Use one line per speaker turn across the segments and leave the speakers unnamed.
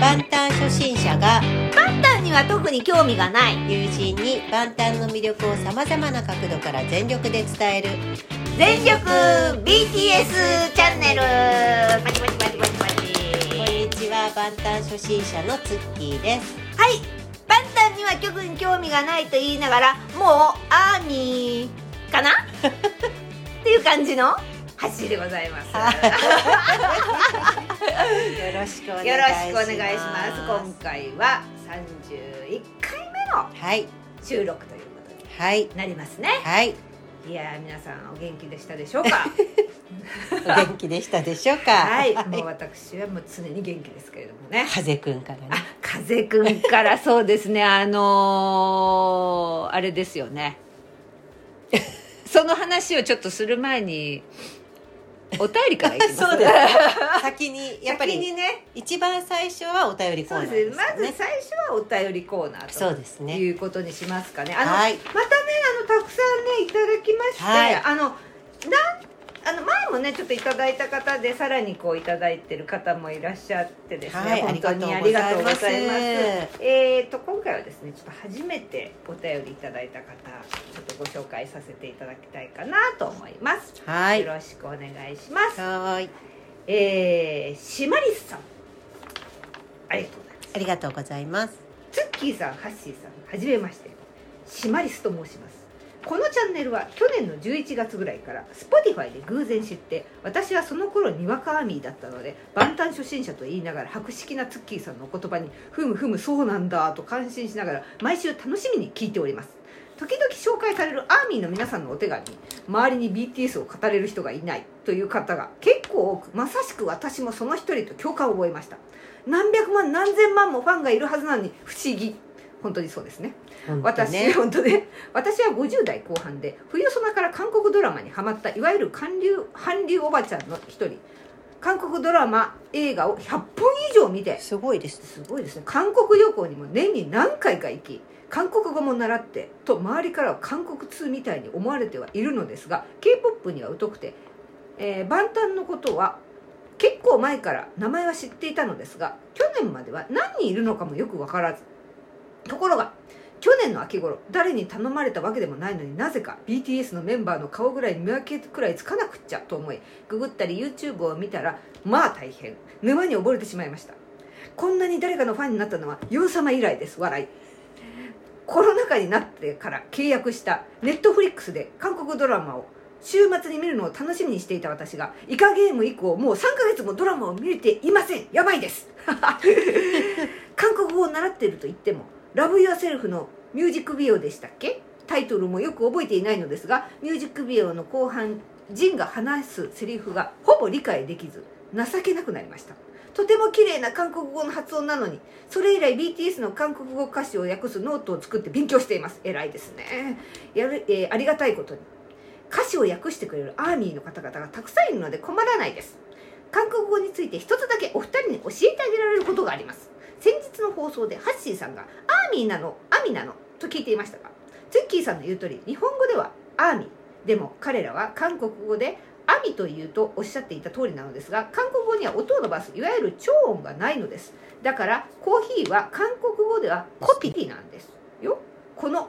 万端初心者が
簡単には特に興味がない
友人に万端の魅力をさまざまな角度から全力で伝える
全力 BTS チャンネルパチパチパチパチパチ
こんにちは万端初心者のツッキーです
はいバンタンには曲に興味がないと言いながらもうアーニー かなっていう感じの走りでございます
よろしくお願いし
よろ
ます
しくお願いします今回は31回目の
はい
収録ということに
はい
なりますね
はい
いやー皆さんお元気でしたでしょう か
お元気でしたでしょうか
はいもう私はもう常に元気ですけれどもね
風くんからね
あ風くんからそうです ねあのーあれですよねその話をちょっとする前にお便りからいきます
そうですね先にやっぱ
先
り
にね
一番最初はお便りコー
そう
ナー
で
ですす
ね
よ
ま
ね
ず最初はお便りコーナーと
そうですね
いうことにしますかねあの、
はい
またねあのたくさんねいただきまして、
はい
あのなんあの前もねちょっといただいた方でさらにこういただいてる方もいらっしゃってですね、
はい
本当にあ
あ
り
り
が
が
と
と
う
う
ご
ござ
ざ
い
い
ます
ますえー、と今回はですねちょっと初めてお便りいただいた方ちょっとご紹介させていただきたいかなと思います、
はい
よろしくお願いします
はーい
えー、シマリスさんありがとうございます
ありがとうございます
ツッキーさんハッシーさんはじめましてシマリスと申しますこのチャンネルは去年の11月ぐらいから Spotify で偶然知って私はその頃にわかアーミーだったので万端初心者と言いながら博識なツッキーさんのお言葉にふむふむそうなんだと感心しながら毎週楽しみに聞いております時々紹介されるアーミーの皆さんのお手紙周りに BTS を語れる人がいないという方が結構多くまさしく私もその一人と共感を覚えました何百万何千万もファンがいるはずなのに不思議本当にそうですね
本当
私
ね
本当ね私は50代後半で冬ソナから韓国ドラマにハマったいわゆる韓流韓流おばちゃんの一人韓国ドラマ映画を100本以上見て
すごいです
すごいですね韓国旅行にも年に何回か行き韓国語も習ってと周りからは韓国通みたいに思われてはいるのですが k p o p には疎くて、えー万端のことは結構前から名前は知っていたのですが去年までは何人いるのかもよく分からずところが去年の秋頃誰に頼まれたわけでもないのになぜか BTS のメンバーの顔ぐらい見分けくらいつかなくっちゃと思いググったり YouTube を見たらまあ大変沼に溺れてしまいましたこんなに誰かのファンになったのはヨウ様以来です笑いコロナ禍になってから契約したネットフリックスで韓国ドラマを週末に見るのを楽しみにしていた私がイカゲーム以降もう3ヶ月もドラマを見れていませんやばいです 韓国語を習っていると言っても「ラブ・ユア・セルフ」のミュージックビデオでしたっけタイトルもよく覚えていないのですがミュージックビデオの後半ジンが話すセリフがほぼ理解できず情けなくなりましたとても綺麗な韓国語の発音なのにそれ以来 BTS の韓国語歌詞を訳すノートを作って勉強しています偉いですねやる、えーありがたいことに歌詞を訳してくれるアーミーの方々がたくさんいるので困らないです韓国語について一つだけお二人に教えてあげられることがあります先日の放送でハッシーさんが「アーミーなのアミなの」と聞いていましたがツッキーさんの言う通り日本語では「アーミー」でも彼らは韓国語で「アミ」というとおっしゃっていた通りなのですが韓国語には音を伸ばすいわゆる超音がないのですだからコーヒーは韓国語ではコピーなんですよこの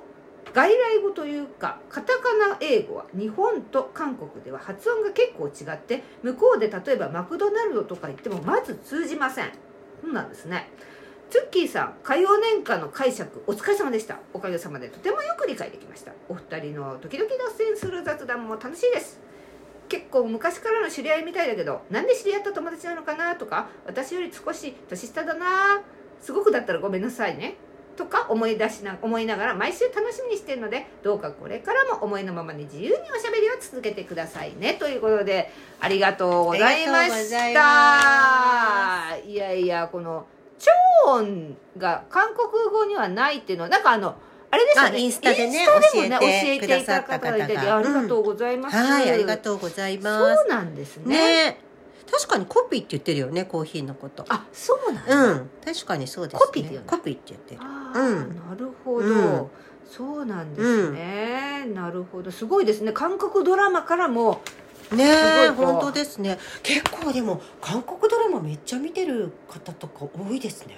外来語というかカタカナ英語は日本と韓国では発音が結構違って向こうで例えばマクドナルドとか言ってもまず通じませんそうなんですねツッキーさん火曜年間の解釈お疲れ様でしたおかげさまでとてもよく理解できましたお二人の時々脱線する雑談も楽しいです結構昔からの知り合いみたいだけどなんで知り合った友達なのかなとか私より少し年下だなすごくだったらごめんなさいねとか思い出しな思いながら毎週楽しみにしているのでどうかこれからも思いのままに自由におしゃべりを続けてくださいねということでありがとうございまし
ありが
たいやいやこの超音が韓国語にはないっていうのはなんかあのあれですよ
あ
ね
インスタでね
インスタでも
教
教
えて
えて
く
い
ださ
た
った方
だ方
が
がいたりありがとうございます、
はいありがとうございま
そうなんです
す
ね
ねえ確かにコピーって言ってるよねコーヒーのこと
あそうなんだ、
うん確かにそうですね
コピーって言うの
コピーって言ってる
あ
うん
ーなるほど、
うん
そうなんですね、なるほどすごいですね韓国ドラマからも
ねえ
すごいこう
本当ですね結構でも韓国ドラマめっちゃ見てる方とか多いですね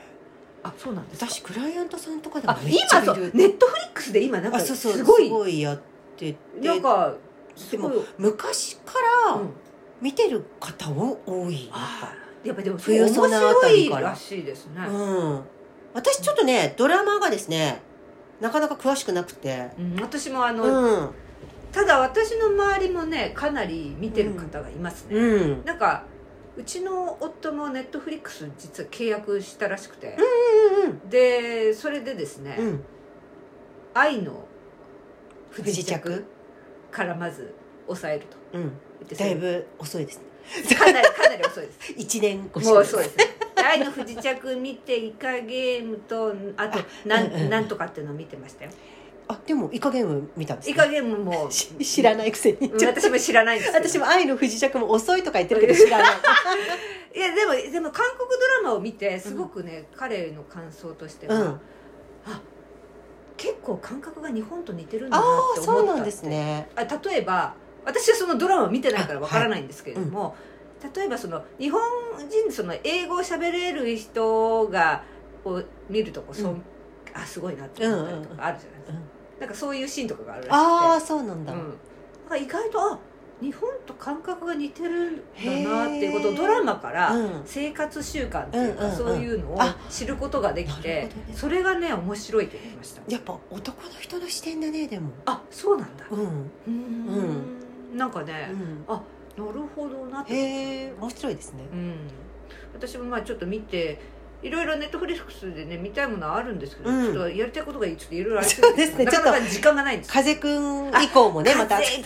あそうなんですか
私クライアントさんとかでも
あ
めっちゃ
今
い
そう
る
ネットフリックスで今なんか
あそうそう
す
す
ご
ご
い
いやってて
なんか
ですも
ごい
昔か
う
ら
ん
見てる方も多いな
やっぱでもそれ
冬
面
ソナあた
白
り
い
から
らしいですね
んか、うん、私ちょっとねドラマがですねなかなか詳しくなくて
うん私もあ
う
の、
ん
ただ私の周りもねかなり見てる方がいますね、
うん
なんかうちの夫もネットフリックス実は契約したらしくて、でそれでですね「
うんうん
愛の不時
不時
着」からまず抑えると
うん
言って
だいぶ遅いですね
かなりかなり遅いです
1年越し
もうそうですね「愛の不時着」見て「イカゲームと」あとなん
うんうん
なんとか」っていうのを見てましたよ
あでもイカゲーム見たんです
イ
ね
カゲームも
し知らないくせに
うん私も知らないんですけど
私も愛の不時着も遅いとか言ってるけど知ら ない
いやでもでも韓国ドラマを見てすごくね、彼の感想としては、
うん
結構感覚が日本と似てるんだ
あ
な
あ
って思った
そうなんですね
あ例えば私はそのドラマを見てないからわからないんですけれども、例えばその日本人その英語を喋れる人がを見るとこそう、
うん
あすごいなって思ったりとかあるじゃないです
う
か、
ん
なんかそういうシーンとかがあるらしくて
ああそうなんだ、
うん、なんか意外とあ日本と感覚が似てるん
へ
だなっていうことを
ー
ドラマから、
うん
生活習慣っていうか、
うんうんうん
そういうのを
あ
知ることができ
な
て
るほどね
それがね面白いって言ってました
やっぱ男の人の視点だねでも
あそうなんだ
うん、
うーんなんかね、なるほどなって、
へえ面白いですね
うん、私もまあちょっと見ていろいろネットフリックスでね見たいものはあるんですけど、
うん
ちょっとやりたいことがいちょっといろいろある
そうですね
なかなか時間がないんです
風くん以降もねまた
風
そ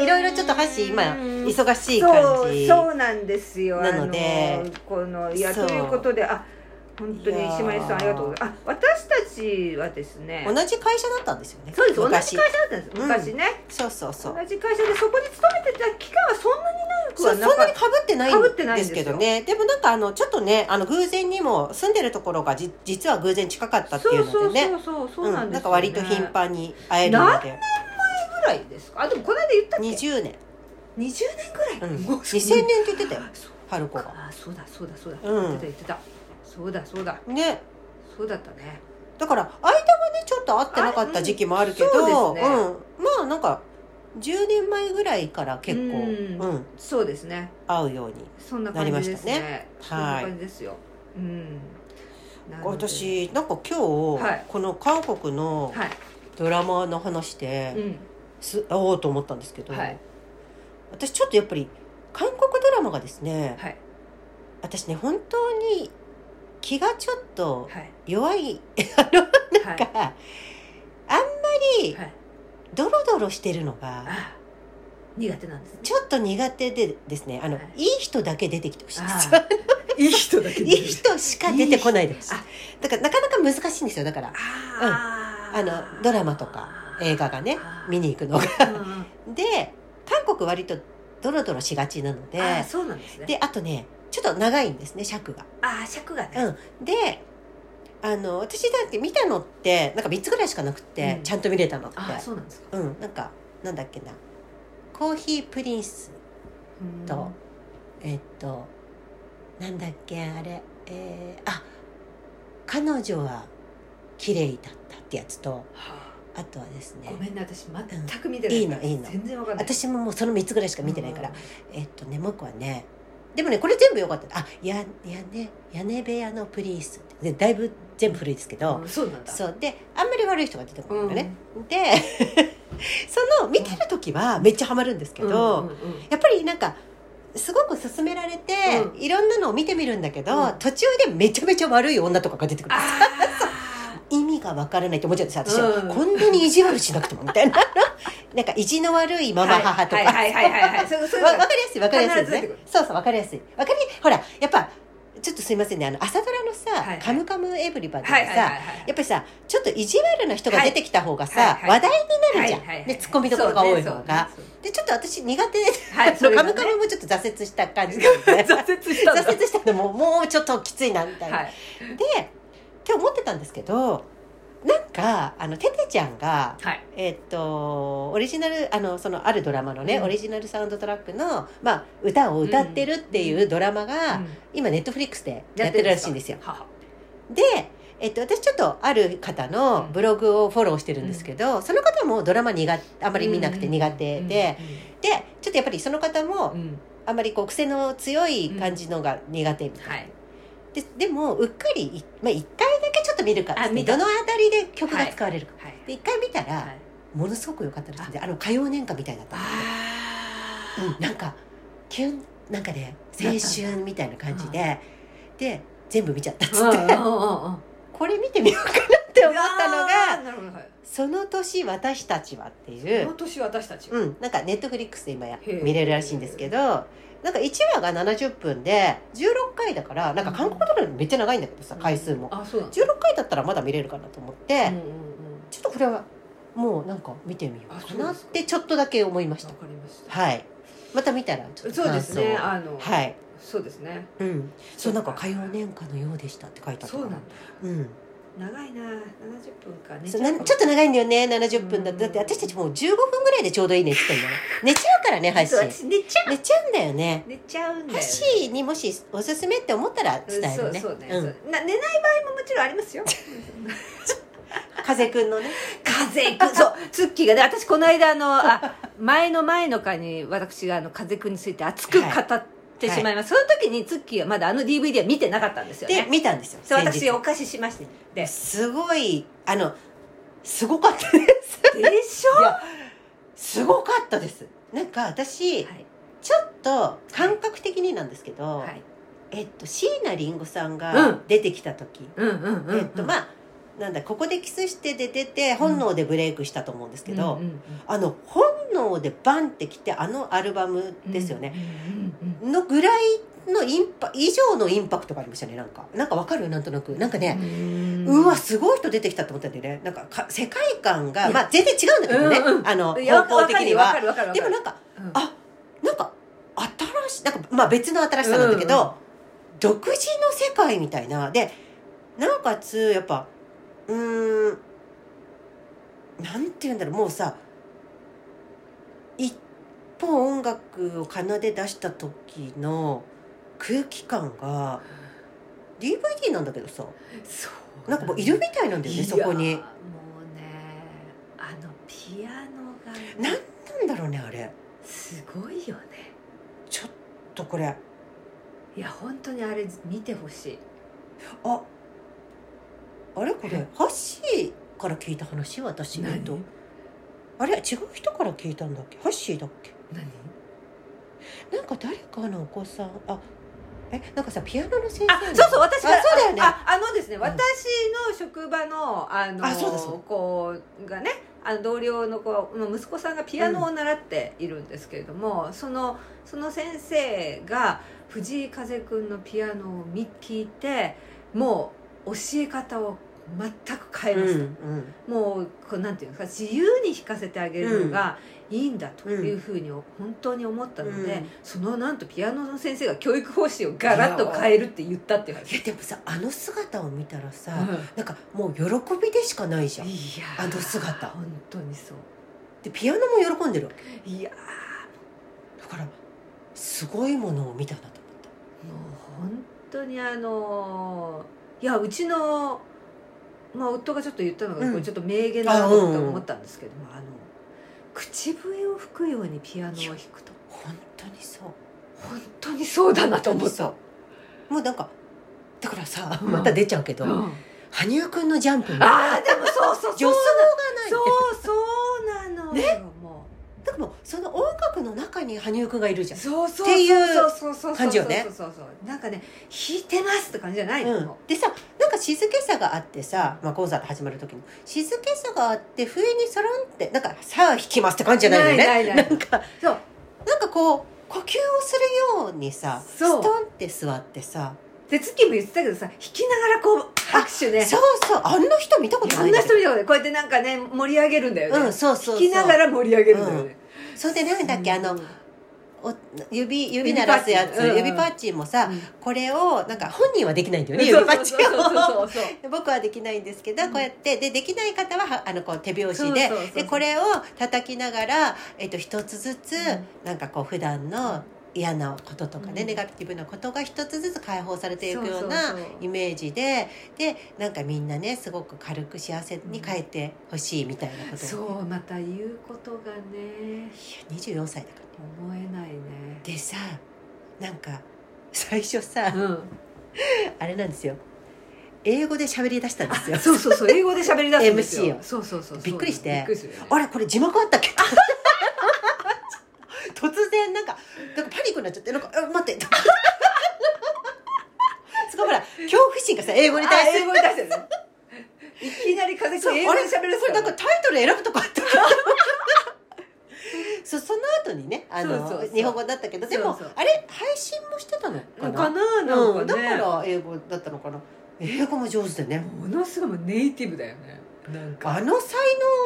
ういろいろちょっと箸今
うん
忙しい
そ
感
う
じ
そうなんですよ
なので
あのこのいや
そう
ということであ本当
い
に
やー
石丸さんありがとうございますあ私たちはですね
同じ会社だったんですよね
そうです同じ会
昔
社だったんです
うん
昔ね、
そうそうそう
同じ会社でそこに勤めてた期間はそんなに長く
そ
は
うそん
なかっ
なに
た
被ってない
被って
ん
ないんで
ですす
よ
けどねでもなんかあのちょっとねあの偶然にも住んでるところがじ実は偶然近かったっていうのでね
そうそうそうそうそうなん
うん
で
な
すよね
んか割と頻繁に会えるので
ぐらいですかあでもこの間言ったっけ
20年、
20年ぐ
う
らい、
ん、
もう
2000年って言ってたよ
そう
春子が
あそうだそうだそうだ、
うん
言ってた言ってたそうだそうだ
ね
そうだったね
だから間がねちょっと会ってなかった時期もあるけど
あうんそうですね
うん、まあなんか10年前ぐらいから結構、
うん
うん、
そうですね
会うように
そんな感じですね
な
そんな感じですよ、うんなので
私なんか今日、
はい
この韓国の
はい、
ドラマの話で、
うん、
す会おうと思ったんですけど、
はい
私ちょっとやっぱり韓国ドラマがですね、
はい
私ね本当に気がちょっと
はい
弱い
はい
から、あんまり
はい
ドロドロしてるのが
あ苦手なんですね
ちょっと苦手でですねあの、
は
い、
い
い人だけ出てきてほしいんですよ
あいい人だけ
いい人しか出てこないでほしい
いい人
だからなかなか難しいんですよだから
あ
あのドラマとか映画がね見
に
に行くのが。
うんうん あ
で韓国割とドロドロしがちなので
ーそうなんですね
であとねちょっと長いんですね尺が。
ああ尺がね、
うん、であの私だって見たのってなんか3つぐらいしかなくって、
うん
ちゃんと見れたのって
ああそうなんですか
うんなんかなんだっけな「コーヒープリンス
うん」
と、えっとなんだっけあれえー、あ彼女は綺麗だったってやつと
はあ
あとはですね
ごめんね私全く見てない、
うんいいのいいの
全然わかんない
私ももうその3つぐらいしか見てないから、
うん
えっとねもう一個はねでもねこれ全部良かったあややね屋根部屋のプリンスってでだいぶ全部古いですけど、
うんそうなんだ
そうであんまり悪い人が出てこないのね、で その見てる時はめっちゃハマるんですけど、
うんうんうんうん
やっぱりなんかすごく勧められて、
うん
いろんなのを見てみるんだけど、
うん
途中でめちゃめちゃ悪い女とかが出てくる
あ
意味がわからないって思っちゃうんですよ私は、
うん
こんなに意地悪しなくてもみたいな なんか意地の悪いマ
ー
マ母とか、
はいはいはいはいはいそうそういう
わ
の
わかりやすいわかりやすいです
必ず出て
ね
くる
そうそうわかりやすいわかりほらやっぱちょっとすいませんねあの朝ドラのさ「
はいはい
カムカムエヴリバディ」
はい
で
はい
さ、
はいはい
やっぱりさちょっと意地悪な人が出てきた方がさ、
はいはい
話題になるじゃん、
はいはいはい
でツッコミどころが多い方が、
そうね
でちょっと私苦手で、
はい
その
そ
カ
うい
ム
うのね
カムもちょっと挫折した感じなので
そうね 挫折したんだ
挫折したのももうちょっときついなみたいな、
はい
でって思ってたんですけどなんかあのテテちゃんが
はい
えっとオリジナルあのそのあるドラマのね、
うん
オリジナルサウンドトラックの、まあ、歌を歌ってるっていうドラマが、
うん
今ネットフリックスでやってるらしいんですよ。
はは
でえっと、私ちょっとある方のブログをフォローしてるんですけど、その方もドラマ苦あんまり見なくて苦手で、でちょっとやっぱりその方も
うんうん
あんまりこう癖の強い感じのが苦手みたいな
はい
ででもうっかりい、まあ、1回だけちょっと見るから
あ見た
どのあたりで曲が使われるか、
はい
で1回見たら、
はい
ものすごく良かったらしいんであの歌謡年間みたいだったんです
あ
よ、うんなんかキュンなんかね青春みたいな感じでで全部見ちゃったっつ って
思っ
これ見てみようかなって思ったのが
なるほどはい
「その年私たちは」ってい
この
う、
年私たちは
うん、なんかネットフリックスで今や
へえ
見れるらしいんですけどなんか1話が70分で16回だからなんか韓国ドラマめっちゃ長いんだけどさ回数も。
あそうなんだ
16回だったらまだ見れるかなと思って、
うんうんうん
ちょっとこれはもうなんか見てみよ
あ
う
そ
か
う
な
で
っ
すか
てちょっとだけ思いました
わかりました
はいまた見たらちょっと
そうですね
感
あの
想はい
そうですね
うんそうなんか火曜年間のようでしたって書いてあった
そう
か
な
ら
んだ
うん
長いな70分かね
そうなちょっと長いんだよね70分だってだって私たちもう15分ぐらいでちょうどいいねって言ったんだよ寝ちゃうからね配信
私寝ちゃう
寝ちゃうんだよね
寝ちゃうんだよ
ハ
ね
ッシーにもしおすすめって思ったら伝えるね
そうそうね、
うん
そうな寝ない場合ももちろんあ りますよ
風くんのね
風邪くんそうツッキーがね私この間あのあ前の前の回に私があの風邪くんについて熱く語ってしまいます、その時にツッキーはまだあの DVD は見てなかったんですよ
で
ね
見たんですよ
そう
先日
私お貸ししました です
ごいあのすごかったね
でしょ
いやすごかったですなんか私、
はい
ちょっと感覚的になんですけど、
はい
えっと椎名林檎さん
う
が
ん
出てきた時、
うんうんうん、
えっとま
あ
あなんだ「ここでキスして」で出て本能でブレイクしたと思うんですけど、あの本能でバンってきてあのアルバムですよね、、
うんうんうん
のぐらいのインパ以上のインパクトがありましたねなんかなんかわかるなんとなくなんかね、うわすごい人出てきたと思ったんだよねなんかか世界観が、
いや
まあ、全然違うんだけどね、
うんうん
あの
いやわ
方
か
向
る
的に
わ
は
かるわかるわかる
でもなんか
うん
あなんか新しいなんか、まあ、別の新しさなんだけど、
うんうん
独自の世界みたいなでなおかつやっぱうーんなんて言うんだろうもうさ一歩音楽を奏で出した時の空気感が DVD なんだけどさ
そう
なんかもういるみたいなんだよねそこ
い
に
やも。うねあのピアノがね
なんなんだろうねあれ
すごいよね
ちょっとこれ
いや本当にあれ見てほしい
ああれこれ
え
ハッシーから聞いた話私えっとあれ違う人から聞いたんだっけハッシーだっけ
何
なんか誰かのお子さんあえなんかさピアノの先生
あそうそ
う
う私が
あそうだよね
ああのですね、
ん
私の職場のあの
あそうだそうだ
子がねあの同僚の子の息子さんがピアノを習っているんですけれども、そのその先生が藤井風くんのピアノを見聞いてもう教え方を全く変えま
ん
し
う
た、
ん
もうこうなんていうんですか自由に弾かせてあげるのがいいんだというふうに本当に思ったので、
うん
そのなんとピアノの先生が教育方針をガラッと変えるって言ったっていう
い
話
やでもさあの姿を見たらさ、
うん
なんかもう喜びでしかないじゃん
いやー
あの姿
本当にそう
でピアノも喜んでるわけ
いや
だからすごいものを見たなと思った
ーもう本当にあのーいやうちの、まあ、夫がちょっと言ったのが、
うん
これちょっと名言だなと思ったんですけどもあ,、の口笛を吹くようにピアノを弾くと
本当にそう
本当にそうだなと思っ
そ
た。
うもうなんかだからさ
うん
また出ちゃうけど、
うん
羽生くんのジャンプも
あーでもそうそう
助走
そ
がないう
そうなのよ、も
だからもうその音楽の中に羽生くんがいるじ
う
ゃん
そうそう
っていう
そうそうそうそう
感じよね
そうそうそうなんかね弾いてますって感じじゃないの、
うん、でさなんか静けさがあってさ、まあ、コンサート始まる時に静けさがあって不意にそろんってなんか「さあ弾きます」って感じじゃないよね
ないないない
んか
そう
なんかこう呼吸をするようにさス
そう
トンって座ってさ
で月も言ってたけどさ弾きながらこう拍手ね
そうそうあんな人見たこと
あ
ない
ん
んだ
な
けど
人見たことないこうやってなんかね盛り上げるんだよね、
うんそうそうそう
弾きながら盛り上げるんだよね、
それでなんだっけあのお指指
指
鳴らすやつ
パッチンうんうん
指パッチンもさ、
うん
これをなんか本人はできないんだよね
そ
指
う
パ
そう
ッチ
そう
ン
そ
を
うそう
僕はできないんですけど、
うん
こうやってでできない方ははあのこう手拍子で
そうそうそうそう
でこれを叩きながら、えっと一つずつ、
ん
なんかこう普段の嫌なこととかね、
うん
ネガティブなことが一つずつ解放されていくような
そうそうそう
イメージででなんかみんなねすごく軽く幸せに帰ってほしいみたいなこと、
そうまた言うことがね
24歳だからね
思えないね
でさなんか最初さ、
うん
あれなんですよ英語で喋り出したんですよ
そうそうそう英語で喋り出すんですよ
MC を
そうそうそうそう
びっくりして
びっくりするよね
あれこれ字幕あったっけ 突然なんかなんかパニックになっちゃってなんかあ待って すごいほら恐怖心がさ英語に対
あ
す
英
る
語に対してねいきなり風
そう
邪くん英語で喋る
これなんかタイトル選ぶとこあったかな そうその後にねあの
そうそうそう
日本語だったけどでも
そうそう
あれ配信もしてたのか
の
な
かななんかね、
うん、だから英語だったのかな英語も上手でね
ものすごいネイティブだよねなん
あの才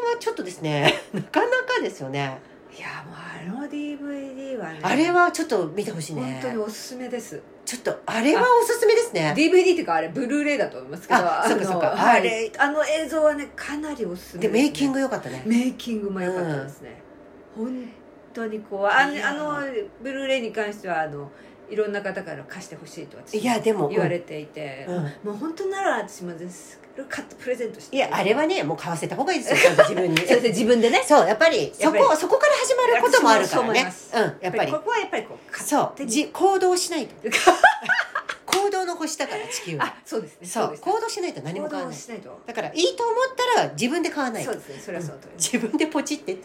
能はちょっとですね なかなかですよね
いやもうあの DVD はね
あれはちょっと見てほしい
本
ね
当におすすめです、
ちょっとあれはおすすめですね
DVD っていうかあれブルーレイだと思いますけど
あそうか
の
そうか
はい
あれ
あの映像はねかなりおすすめ
で
ですね
メイキング良かったね
メイキングも良かったですね、本当にこうあ
い
の
や
あのブルーレイに関してはあのいろんな方から貸してほしいと私
いやでも
言われていて、
うん
もう本当なら私もです買ってプレゼントして
いやあれはねもう買わせた方がいい ですよちゃんと自分に
そうですね自分でね
そうやっぱりそ
やっぱり
こそこから始まることもあるから
いや
ね
私
うんやっぱり
ここはやっぱりこう買っ
そう
手に
じ行動しないと 行動の星だから地球は
あそうですね
そう
ですね
行動しないと何も
行
変わら
動
ない
しないと
だからいいと思ったら自分で買わない
そ
と
うですねそれはそうと
自分でポチ って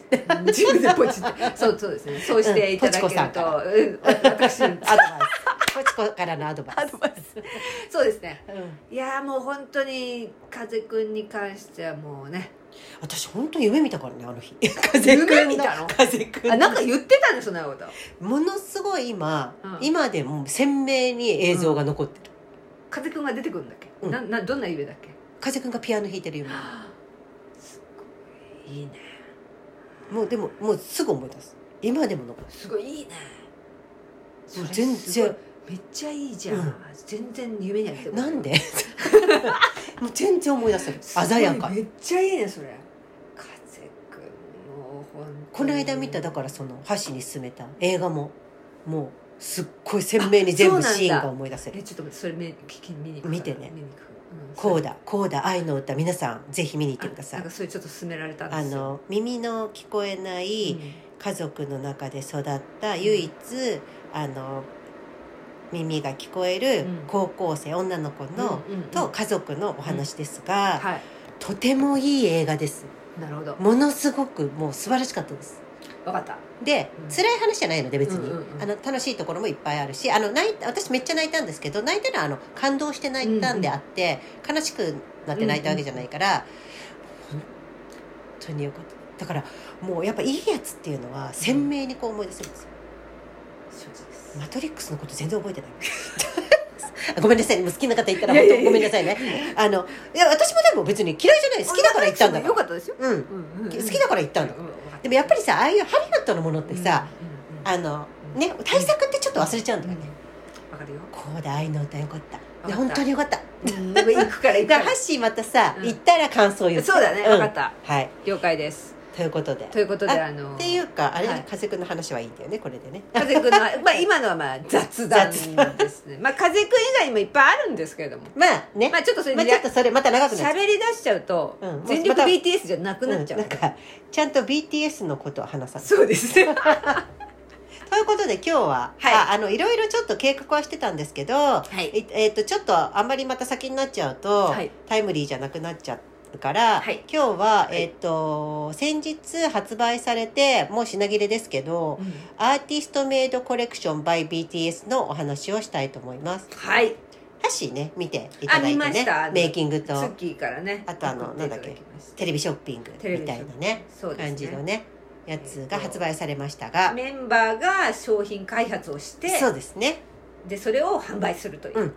自分でポチって そうそうですねそうしていただ
うんポチ子
ける
さんから
と、うん、私
アドバイスポチコからのアドバイス
そうですね
うん
いやーもう本当に風くんに関してはもうね
私本当夢見たからねあの日 風くんの
夢見たの
風くんの
あなんか言ってたねそんなこと
ものすごい今、
うん
今でも鮮明に映像が残ってる、
風くんが出てくるんだっけ、
うん
ななどんな夢だっけ
風くんがピアノ弾いてる夢
すごいいいね
もうでももうすぐ思い出す今でも残る
すごいいいねそれ
全然
すごいめっちゃいいじゃん、
うん
全然夢には出てこ
なん でもう全然思い出せる鮮やか
すごいめっちゃいいねそれ風くんもう本当に
この間見ただからその箸に進めた映画ももうすっごい鮮明に全部
あそうなんだ
シーンが思い出せる
えちょっと待ってそれ見聞き見に行くから
見てね
見に行く、う
こ
ん
うだこうだ愛の歌皆さんぜひ見に行ってくださ
あ
い
なんかそれちょっと勧められたんで
あ
すよ
の耳の聞こえない家族の中で育った唯一、あの耳が聞こえる
うん
高校生、女の子
うん
の、
うんうん
と家族のお話ですが、
は
とてもいい映画です
いなるほど
ものすごくもう素晴らしかったです
わかった
で、
うん
辛い話じゃないので別に、
うんうんうん
あの楽しいところもいっぱいあるしあの泣い私めっちゃ泣いたんですけど泣いたのはあの感動して泣いたんであって、悲しくなって泣いたわけじゃないから、本当によかっただからもうやっぱいいやつっていうのは鮮明にこう思い出せるんですよ
承知で
「
す
マトリックス」のこと全然覚えてないあごめんなさい もう好きな方言ったら
いや
本
いや
当
いや
ごめんなさいねあのいや私もでも別に嫌いじゃない好きだから言ったんだか
よ
ら
かったですよ、
うん
うんうんうん
好きだから言ったんだ
うんうんわか
でもやっぱりさああいうハリウッドのものってさ、
うんうん
あのね対策ってちょっと忘れちゃうんだよね、
わかるよ
こうだ愛の歌よかった
た
で本当によかった
うん行くから行く
だ
か
からハッシーまたさ、
うん
行ったら感想言
ら
って
そうだね
ん
わかった
はい
了解です
ということで
ということで
あ
あの
っていうかあれ、
はい
風くんの話はいいんだよねこれでね
風くんのまあ今のは まあ雑談
雑
ですねまあ風くん以外にもいっぱいあるんですけれども
まあね、
ま
ま
あちょっとそれ
あ、ちょっとそれまた長くなっちゃう
喋り出しちゃうと
うん
全力
また
BTS じゃなくなっちゃう
うんなんかちゃんと BTS のことを話さない
そうです ねは
ということで今日は、
はい
ああのいろいろちょっと計画はしてたんですけど、
い
ええっとちょっとあんまりまた先になっちゃうと、
はい
タイムリーじゃなくなっちゃうから、
はい
今日は、
い
えっと先日発売されてもう品切れですけど、
うん
アーティストメイドコレクション by BTS のお話をしたいと思います。
はい
ハッシーね見ていただい
あ
て
見まし
ね
た
メイキング
ツ
と
ッキーからね
あとあの
送てい
な
た
んだっ
きました
テレビショッピング
テレ
み
ビ
た
ショッ
い
ピング
なね
そうです
感じの
ね
ねやつが発売されましたが、
メンバーが商品開発をして
そうですね
でそれを販売するという、
うん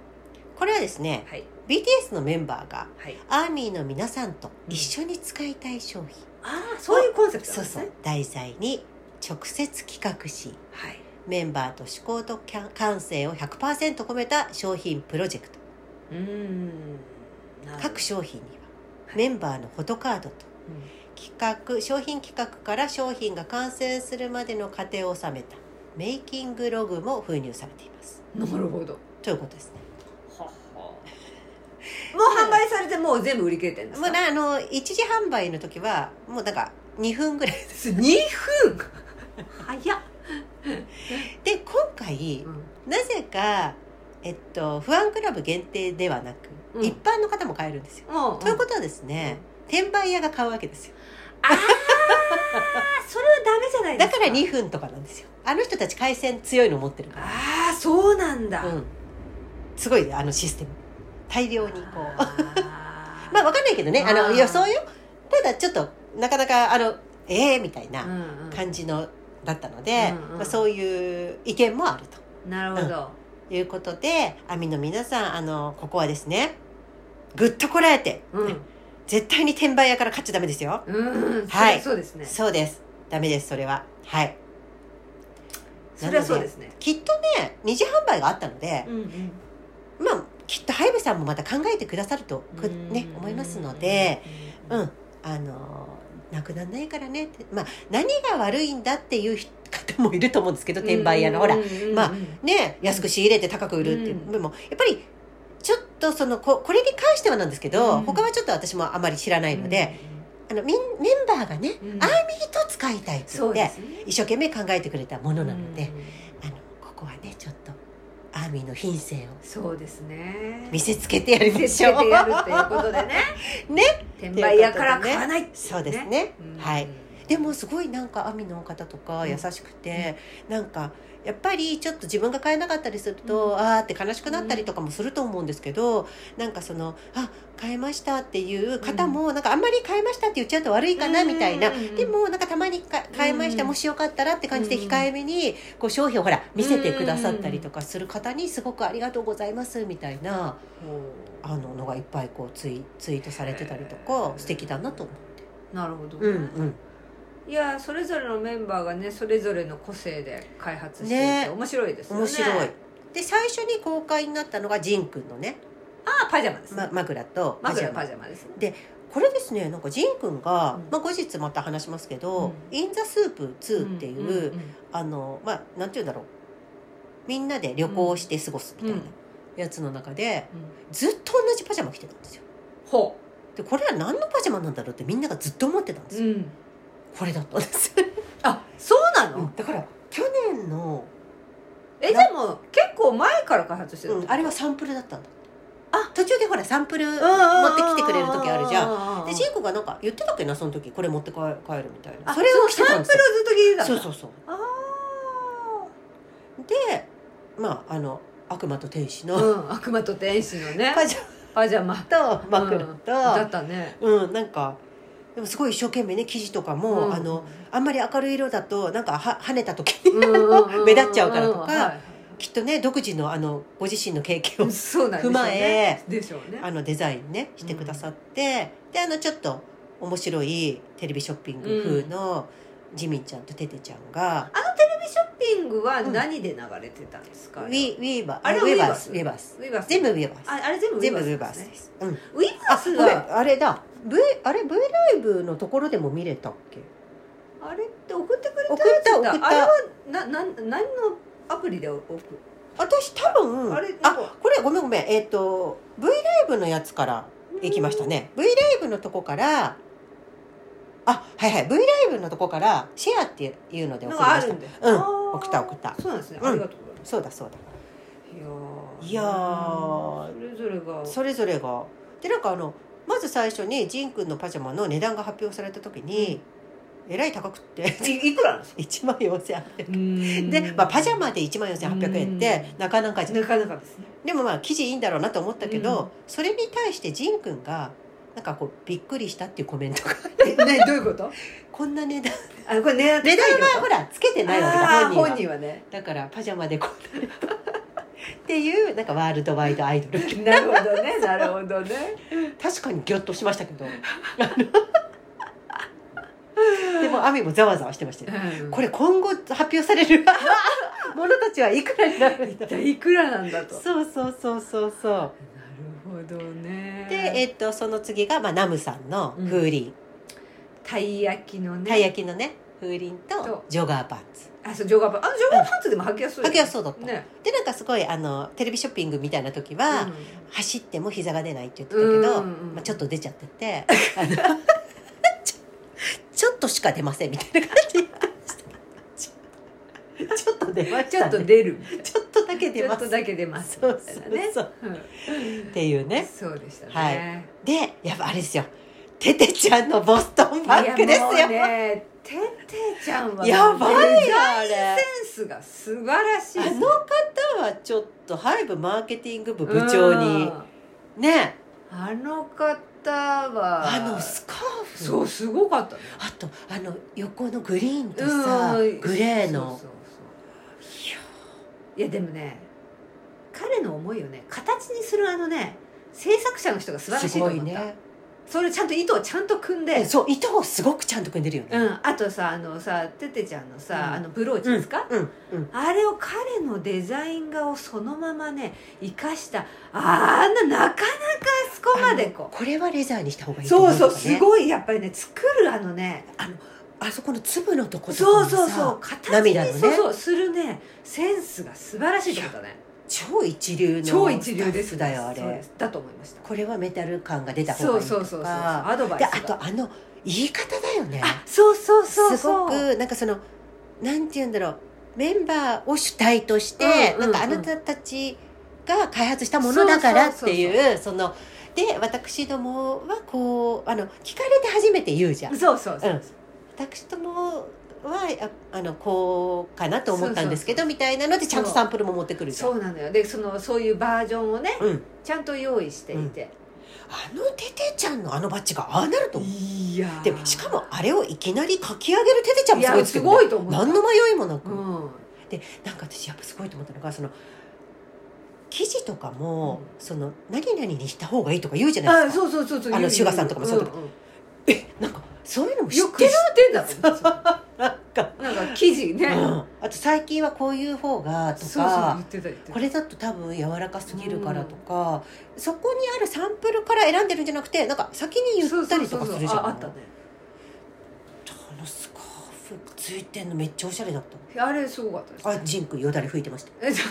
これはですね
はい
BTS のメンバーが
はい
アーミーの皆さんと一緒に使いたい商品、
ああそういうコンセプトな
そ
ん
う
です
そ
ね
う題材に直接企画し
はい
メンバーと思考とキャ感性を100%込めた商品プロジェクト
うーんなるほど
各商品には
はい
メンバーのフォトカードと
うん
企画商品企画から商品が完成するまでの過程を収めたメイキングログも封入されています
なるほどは
ということですね
はもう販売されてもう全部売り切れてるんです
も
か
うなあの一時販売の時はもうなんか2分ぐらい
2分早っ、
で今回なぜかえっと不安クラブ限定ではなく、
うん
一般の方も買えるんですよ、
もう
ということはですね、転売屋が買うわけですよ
ああそれはダメじゃないで
だ
すか
から2分とかなんですよあの人たち回線強いの持ってるから
ああそうなんだ、
うん、すごいあのシステム大量にこう
あー
まあわかんないけどねあ
あ
の
ー
予想よただちょっとなかなかあのええー、みたいな
うんうん
感じのだったので、
うんうん
まあ、そういう意見もある
なるほど、
ということでアミの皆さんあのここはですねぐっとこらえて、
うん
絶対に転売屋から買っちゃダメですよ、
うん、
は
はいい、そうですね。
そうですダメですそれははい
それはそうですね。
きっとね二次販売があったので、
うんうん、
まあきっと早部さんもまた考えてくださるとくね思いますのでう
うん
んあのなくならないからねってまあ何が悪いんだっていう人方もいると思うんですけど転売屋のほらまあね安く仕入れて高く売るっていう
うん
でもやっぱりちょっとそのここれに関してはなんですけど、
うん
他はちょっと私もあまり知らないので、、あのみんメンバーがね、
うん
ああ一つ買いたいって言
そ
っ
うで
て
すね。
一生懸命考えてくれたものなので、
うん
あのここはねちょっとアーミーの品性を
そうですね。
見せつけてやりま
見
し
せ
ょう。。
てやるということでね
ね。
転売屋から買わない。
そうですね。
うん
はい。でもすごいなんか網の方とか
うん
優しくて、なんかやっぱりちょっと自分が買えなかったりすると、
うん
あーって悲しくなったりとかもすると思うんですけど、なんかそのあ買えましたっていう方も、なんかあんまり買えましたって言っちゃうと悪いかなみたいな、
うんうんうん
でもなんかたまにか買えました、
うん
もしよかったらって感じで
うん
控えめにこう商品をほら見せてくださったりとかする方にすごくありがとうございますみたいな
ほ
あののがいっぱいこうツイツイートされてたりとか素敵だなと思う。
うなるほど。
うんうん
いやそれぞれのメンバーがねそれぞれの個性で開発してい
ね
て面白いですよね。
面白い。で最初に公開になったのがジンくんのね、
あパジャマですね。
ま、枕と
まずは
パ
パ
ジャ
ジャマですね。
マこれですねなんかジンくんが、
うん
まあ、後日また話しますけど「
う
イン・ザ・スープ2」っていう、
んんん
あのまあなんて言うんだろうみんなで旅行して過ごすみたいな
うん
やつの中で
うん
ずっと同じパジャマ着てたんですよ。
ほ
でこれは何のパジャマなんだろうってみんながずっと思ってたんで
う、
すよ。
ん、
これだったんですよ。
あそうなの、
だから去年の、
えでも結構前から開発してた、
うんあれはサンプルだったんだって。
あ
途中でほらサンプル持ってきてくれる時あるじゃん。
ん
でジンコがなんか言ってたっけなその時これ持って帰帰るみたいな
あ
それを着て
サ
たん
ン
で
プ
す
ル
よ
をずっと聞いてたん
そ
だ
うそうそう
あ
でまああの悪魔と天使
あ
の
うん悪魔と天使のね
パジャ
パジャマ
マと枕
だっ
と
たね
うん、なんかでもすごい一生懸命ね生地とかも、
うん
あのあんまり明るい色だとなんかは跳ねた時
うんうんうんう ん
目立っちゃうからとか
は
きっとね独自のあのご自身の経験を
い、そうなんで
踏
す
まえ
でしょうね
あのデザインねしてくださって、であのちょっと面白いテレビショッピング風のジミンちゃんとテテちゃんが、
テレビショッピングは何で流れてたんですか、
ウ
ウ
ィウィーバー
あれ
ウ
は
ィ
ウ
ー
ィー
バ
バ
ー
ー
ス
ス
ウィーバース
ィーバース
全部ウィーバース
ああれ全部
全部ウィ
ー
ーバ
バ
ー
ー
ス
ス
で
ですね
す。うん。
ウィーバ
あ、
ース
ごめ
は
ん、あれだ。V、あれ V ライブのところでも見れたっけ？
あれって送ってくれ
送
た
った
やつだ
送った
あれはななん何のアプリで送る
私多分
あれなん
あ
か
これごめんごめんえっ、と V ライブのやつから行きましたね。V ライブのとこから。あはいはい V ライブのとこからシェアっていうので
の
送り
が
ま
あ
し
る
た
んだよ、
うん
あー
送った送った
そうなんですね、
うん
ありがとうございま
そうだそうだ
すいやー
いやー
それぞれが
それぞれがでなんかあのまず最初にジンくんのパジャマの値段が発表された時に、えらい高くって
いいくらなんですか
1万4800円で
で、
まあ、パジャマで1万4800円って
う
なかなかじゃ
なかなかですね
でもまあ生地いいんだろうなと思ったけど、
うん
それに対してジンくんがなんかこうびっくりしたっていうコメントが
えねどういうこと
こんな値段
あこれ値段高い
値
って
段
こ
はほらつけて
と
ないわけだ
あ
本
ー
人は
本人はね
だからパジャマでこんなっていうなんかワールドワイドアイ ドル
なるほどねなるほどね
確かにギョッとしましたけど でもアミもざわざわしてましたよこれ今後発表されるものたちはいくらになるんだ
一体いくらなんだとなる
そうそうそうそうそう
ほどね
で、えっと、その次が、まあ、ナムさんの風鈴、
たい焼きのね
たい焼きのね風鈴
そう
とジョガーパンツ
あそうジョガーパンあのジョガーパンツでも履きやすいよ
履きやすそうだった、
ね
でなんかすごいあのテレビショッピングみたいな時は、走っても膝が出ないって言ってたけど、
うんうんうん
まあ、ちょっと出ちゃっててあのちょ ちょっとしか出ませんみたいな感じでしたちょちょっと出ま
うん
し
ちょ
た
っと
ね
出る
ちょっとだけ
ち
出
ょ
ま
っと
す
だけ出ます
そうそう
みたいなね
そう
うん
っていうね
そうでしたね、
はい
い
でやっぱあれですよテテちゃんのボストンバ
や
ッグですよ
もうねててちゃんは
やばいよ
デザ
あ
イン
れ
センスが素晴らしい
あ
です
の方はちょっとハイブマーケティング部部長に
うん
ね
あの方は
あのスカ
そ
ー
う
フ
すごかったね
あとあの横のグリーンとさ
うん
グレーの
そうそうそういやでもね彼の思いをね形にするあのね制作者の人が素晴らしい
す
と
ご
思
い
った、
ね
それちゃんと糸をちゃんと組んで
えそう糸をすごくちゃんと組んでるよ
う
ね
ん、あとさあのさててちゃんのさ、
うん
あのブローチですか、
うんうん
あれを彼のデザイン画をそのままね生かしたあんななかなかあそこまでこ
これはレザーにした方が
う
いいと思
そうう
とか
そ
ね
うすごいやっぱりね作るあのね
あそこの粒のとことか
そ
も
う
さ
そうそう形に、
涙のね
そうそうするねセンスが素晴らしいってことね
超一流の
超一流で
ス
す
タッフだよあ
そうで
れ
すだと思いました
これはメタル感が出た方が
そう
いい
そ
と
うそうそう
か
アドバイ
で
ス
あとあの言い方だよね
あそうそうそう
すご
そう
くなんかそのなんて言うんだろうメンバーを主体として、
うんうんうん
なんかあなたたちが開発したものだからっていうそので私どもはこうあの聞かれて初めて言うじゃん
そうそうそう、
うん私どもはああのこうかなと思ったんですけど
そうそうそ
みた
う
いなのでちゃんとサンプルも持ってくるじゃん
そうなのよでそのそういうバージョンをね
うん、
ちゃんと用意していて、
あのテテちゃんのあのバッジがああなると思う
いやー
でしかもあれをいきなり書き上げるテテちゃんもす
いや
ごいです
す
けど、
ご
ね、
いと思った
何の迷いもなく、
うん
でなんか私やっぱすごいと思ったのがその記事とかも、
う
その何々にした方がいいとか言うじゃない
あ
ですか
そうそうそうそう
あの
言う
シュガーさんとかもそうだけ
んん
えなんかそういうのも知っ
よく
て
知っ
る
てんだと思って
なんか、
なんか記事ね、
うん、あと最近はこういう方がとか
そうそう言ってた言ってた
これだと多分柔らかすぎるからとか、そこにあるサンプルから選んでるんじゃなくてなんか先に言ったりとかするじゃん
そうそうそうそうああったね
あのスカーフついてんのめっちゃおしゃれだった
あれすごかったです
あジンくんよだれ拭いてました
えそう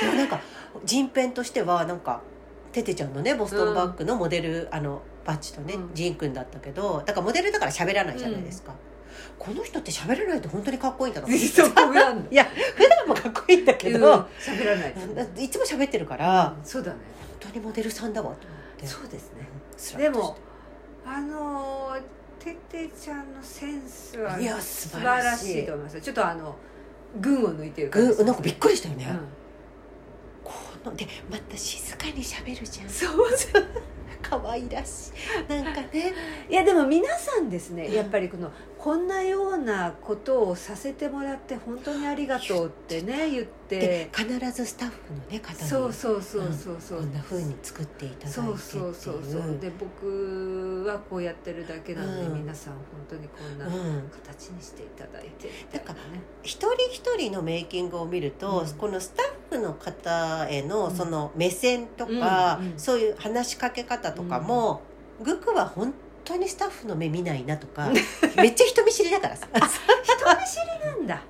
でもなんか人編としてはなんかテテちゃんのねボストンバッグのモデル、あのバッジとね、
うん
ジンくんだったけどだからモデルだから喋らないじゃないですか、この人って喋らないと本当にかっこいいんだなって
そ
普
こなんだ
段もかっこ いいんだけ
うん
ど、
喋らない
いつも喋ってるから、
そうだね
本当にモデルさんだわと思って
そうですね
すら
で
っとし
も
て
あのーててちゃんのセンスはい
や
素
素
晴
晴
ら
ら
し
し
い
い
と思いますちょっとあの群を抜いてる感じ
ぐなんかびっくりしたよね、
うん
このでまた静かに喋るじゃん
そう
可愛らしいなんかね
いやでも皆さんですね
うん
やっぱりこのこんなようなことをさせてもらって本当にありがとうってね言っ
で
て
必ずスタッフのね方に
そうそうそうそうそう
こんな風に作っていただいてってい
そううそうそうそうで僕はこうやってるだけなので、
うん
皆さん本当にこんな
うん
形にしていただいて
だから
ね
一人一人のメイキングを見ると、
うん
このスタッフの方への
うん
その目線とか、
うんうん
そういう話しかけ方とかも、グクは本当にスタッフの目見ないなとか めっちゃ人見知りだから さ
人見知りなんだ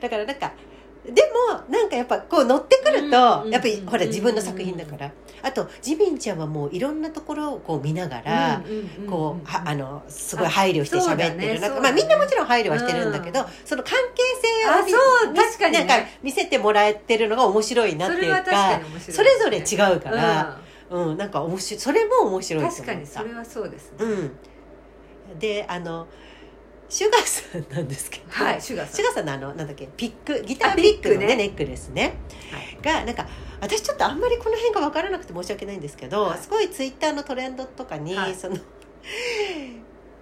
だからなんかでもなんかやっぱこう乗ってくると、
うん
やっぱり、
うん
ほら自分の作品だから、あとジミンちゃんはもういろんなところをこう見ながら、こうはあのすごい配慮して
あそうだ
喋
ね
ってる中、
そう
ま
だ
あ、
ね
みんなもちろん配慮はしてるんだけど、
うん
その関係性
あ
を見
そう確かにね
なんか見せてもらえてるのが面白いなっ
そ
てい
れ
う
は
か
確かに面白いですね
それぞれ違うから、
う
うんなんか面白いそれも面白
ん
いと思った
確かにそれはそうですね、
うん、であのシュガーさんなんですけど、
はいシュガーさん
シュガーさんのあのなんだっけピックギタ
あ
ーピックの
ピック
ね
ね
ネックレスね、がなんか私ちょっとあんまりこの辺が分からなくて申し訳ないんですけど、
はい
すごいツイッターのトレンドとかに、
はい
その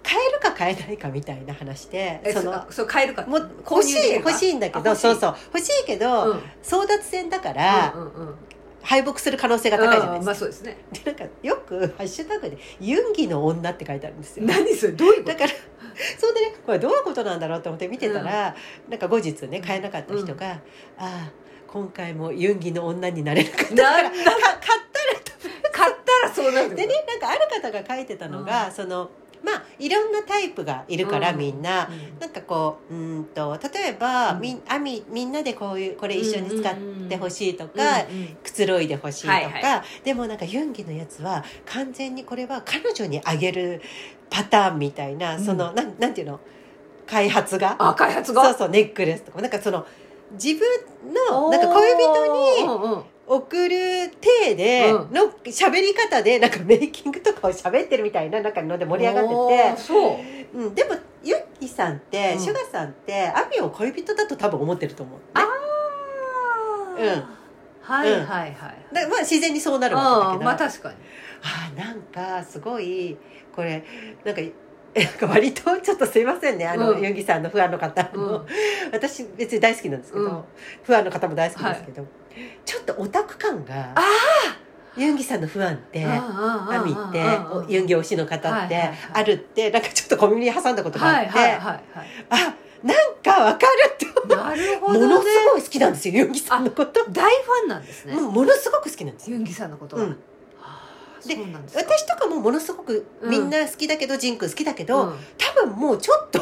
買えるか買えないかみたいな話で
え
そ
そ
の
のそう買えるか
もう欲しい欲し
い
いんだけ
あ
ど
欲しい
そうそう欲しいけど、
うん
争奪戦だから、
うんうんうん
敗北する可能性が高いじゃない
うん
で
ますあそうですね
か。で なんかよくハッシュタグで「ユンギの女」って書いてあるんで すよ。
何それどういうこ
だ
と
からそんでねこれどういうことなんだろうと思って見てたら、なんか後日ね買えなかった人が「ああ今回もユンギの女になれなかったから
な
か買
ん
ったらと
買ったらそうな」る
でねなんかある方が書いてたのが、
うん
そのまあいろんなタイプがいるから、
うん
みんな。なんかこううーんと例えば、
うん
みんあみみんなでこういうこれ一緒に使ってほしいとか、
うんうん
くつろいでほしいとか、
はいは
でもなんかユンギのやつは完全にこれは彼女にあげるパターンみたいな、
うん
そのなんなんていうの開発が
あ開発が
そうそうネックレスとかなんかその自分のなんか恋人に
に
送る体で
うん
の喋り方でなんかメイキングとかを喋ってるみたいななんかので盛り上がって
そう
て、うん、でもユッキさんって、
うん
シュガさんってアミを恋人だと多分思ってると思う、ね、
あ
うん
ーはいはいはい
だまあ自然にそうなるわけだ
あ
け
ー
ど、
まあ確かに
あーなんかすごいこれなんかなんか 割とちょっとすいませんねあの、
うん
ユンギさんのファンの方
う
の、
ん
私別に大好きなんですけど、
うん
ファンの方も大好きですけど、ちょっとオタク感が
あ
ユンギさんのファンってア
ア
ミっておユンギ推しの方って、
はいはいはい
あるってなんかちょっと小耳に挟んだことがあ
は
っ
い
て、
はいはいはい
あなんかわかるって
なるほ
も
どね
のすごい好きなんですよユンギさんのこと、
大ファンなんですね
もうものすごく好きなんですよ
ユンギさんのこと
う
は
ん
あー
で
そうなんですか
私とかもものすごくみんな好きだけど、ジンク好きだけど、
うん
多分もうちょっと、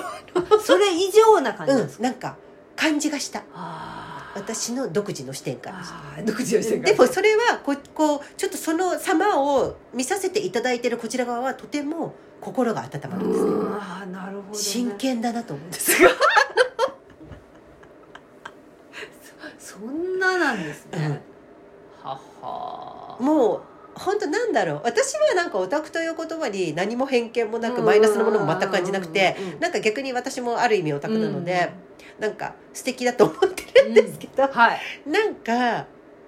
それ以上な感じなんです
うん、
か
なんか感じがした
あー
私の独自の視点から
あー独自の視点か
で
ら
もそれはこうこうちょっとその様を見させていただいてるこちら側はとても心が温まるんですね
うんあーなるほどね
真剣だなと思うんです が、
そんななんです
うん
ねは は
もう本当なんだろう私はなんかオタクという言葉に何も偏見もなくマイナスのものも全く感じなくて
うんうんうんうん
なんか逆に私もある意味オタクなので、なんか素敵だと思ってるんですけど、
はい
なんかある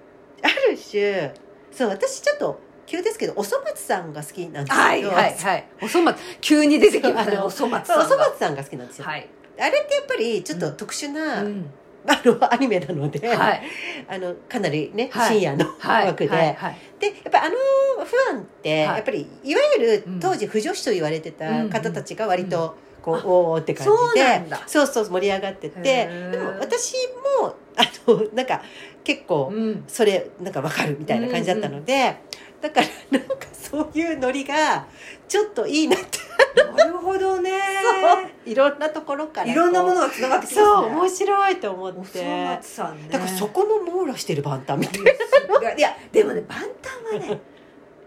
種そう私ちょっと急ですけどおそ松さんが好きなんです
は
け
い
ど、
はいはいおそ松急に出てきましたね
そうあの
おそ松
まあ
さ
お
ん
そ
が
松さんが好きなんですよ、
はい
あれってやっぱりちょっと特殊
う
な、
ん
あのアニメなので、
はい
あのかなりね、
はい
深夜の
はい
枠で、
はいはい
でやっぱりあのファンって、
はい
やっぱりいわゆる当時不女子と言われてた方たちが割とこう、
うん
おーって感
そう
じで
なんだ
そうそう盛り上がって
へ
て
ー
でも私もあのなんか結構、
うん
それなんかわかるみたいな感じだったので、だからなんかそういうノリがちょっといいなって
なるほどね
いろんなところからこう
いろんなものがつながってきますね
そう面白いと思
お
っ
そ
て、
松さんね
だからそこも網羅してる万端みたい
いやいやでもね万端はね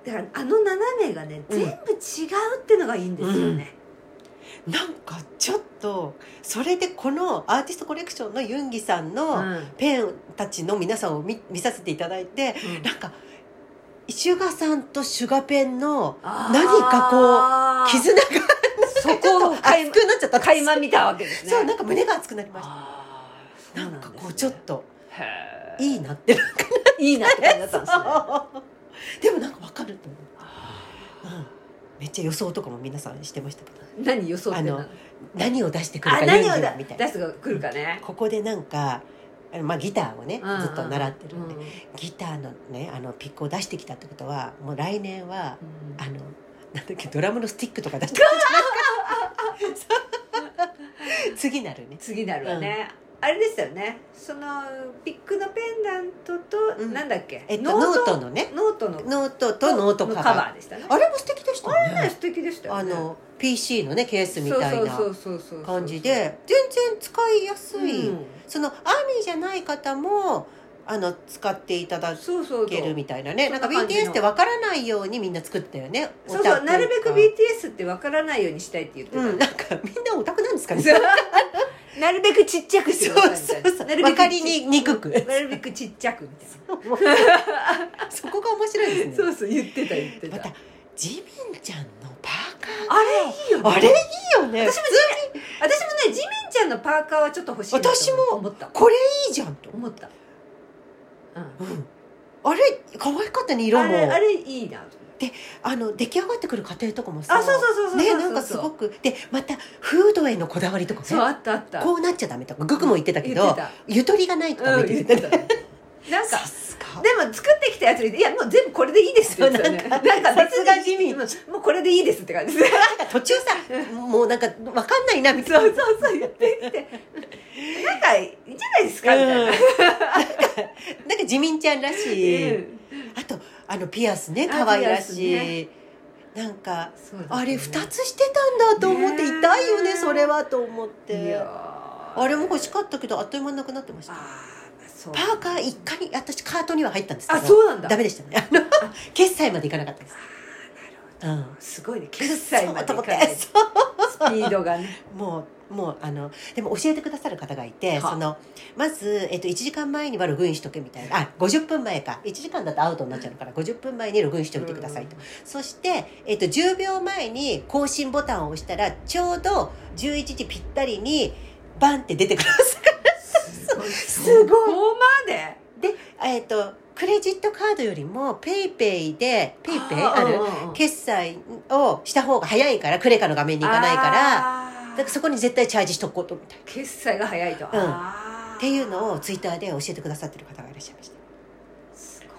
だからあの斜めがね
うん
全部違うってのがいいんですよね、
ななんかちょっとそれでこのアーティストコレクションのユンギさん
うん
のペンたちの皆さんを見見させていただいてなんかシュガさんとシュガペンの何か
か
絆が
そ
ちょ
こ
っ
を
と熱くなっちゃった
垣間見たわけですね
そうなんか胸が熱くなりました
あー
なんかこうちょっと
へ
いいなって
ーいいなって感じだったんですね
でもなんかわかると思う、うん、めっちゃ予想とかも皆さんしてましたけど
何予想ってん
あ
の
の何を出してくる
あ
か
何
ユ
を
ンギは
だ
みたい
出
な
してくるかね、
ここでなんかあのまあ、ギターをね
うん
ずっと習ってるんで、
うんうん
ギターのねあのピックを出してきたってことはもう来年はあのなんだっけドラムのスティックとか出してくるんじゃないかそ う次なるね
次なるわね、あれでしたよねそのピックのペンダントと、
うん
なんだっけ、
えっと
ノ
ノ
ー
ー
ト
トのね
ノートの
ノートとノートカバー
カバーでしたね
あれも素敵でしたよ
あれね
ね
素敵でしたよ、ね、
あの PC のねケースみたいな
そうそうそうそうそう
感じで全然使いやすい、
うん
そのアーミーじゃない方もあの使っていただ
そうそう
け
そ
る
う
みたいなね
そ
な
うん
か
感じの
BTS ってわからないようにみんな作ったよね
そうそうなるべく
ビ
BTS ってわからないようにしたいって言ってた、
うん、なんかみんなオタクなんですかね
そう なるべくちっちゃくしてくださいみたい
そうそ
な
うそう
なるべ
わかりににくく
なるべくちっちゃくみたいな
そこが面白いです
そ
ね
うそう言ってた言ってた
またジミンちゃんのパ
あれいいよ
ーカーあれいいよね
私もジミン私もねジミンちゃんのパーカーはちょっと欲しいなと
私も
思った
これいいじゃんと、
思った、うん、
うん、あれ可愛かったね色も
あれあれいいなと思って
あの出来上がってくる過程とかもさ
あそうそうそうそうそう
ねなんかすごくでまたフードへのこだわりとか
そうあ
ね
ったあった
こうなっちゃダメとかグクも言ってたけ
言っ
ど
てた
ゆとりがないとダメ
う
っ
ん
て
言
言
っ
って
て
た
た
ね
なんか
さすが
でも作ってきたやつに「いやもう全部これでいいです」って言ってたよね
そう
な
なんんか
か別
さすがジミー
にうんもうこれでいいですって感じ
な
で
んか途中さもうなんかわかんないなみた
そ
いう
そうそう言ってきてなんかいいんじゃないです
な
かみ
うんなん
たいな
かなんかジミンちゃんらしい
うん
あとあのピアスね可愛らしい
あピアスね
なんか
そうですね
あれ2つしてたんだと思って
ねえ
痛いよねそれはと思っ
い
て
や
あれも欲し
っ
かったけどあっという間になくなってました
あーそう
パーカー一回私カートには入ったんですけ
あ
ど
そうなんだ
ダメでしたねあの決済までいかなかったですうん
すごいね決済まで
と
い
思っ
か
て
ないス
そう
ピードがね
もうもうあのでも教えてくださる方がいて
はあ
そのまず、えっと、1時間前にはログインしとけみたいなあ50分前か1時間だとアウトになっちゃうから50分前にログインしておいてくださいと、そして、えっと、10秒前に更新ボタンを押したらちょうど11時ぴったりにバンって出てくる
すごい
すごい
そこまで
で、えっと、クレジットカードよりもペイペイでペイペイ
ー
ある
うんうんうん
決済をした方が早いからクレカの画面に行かないから
あー
だからそこに絶対チャージしとこうとみたいな。
決済が早いと、あー
っていうのをツイッターで教えてくださってる方がいらっしゃいました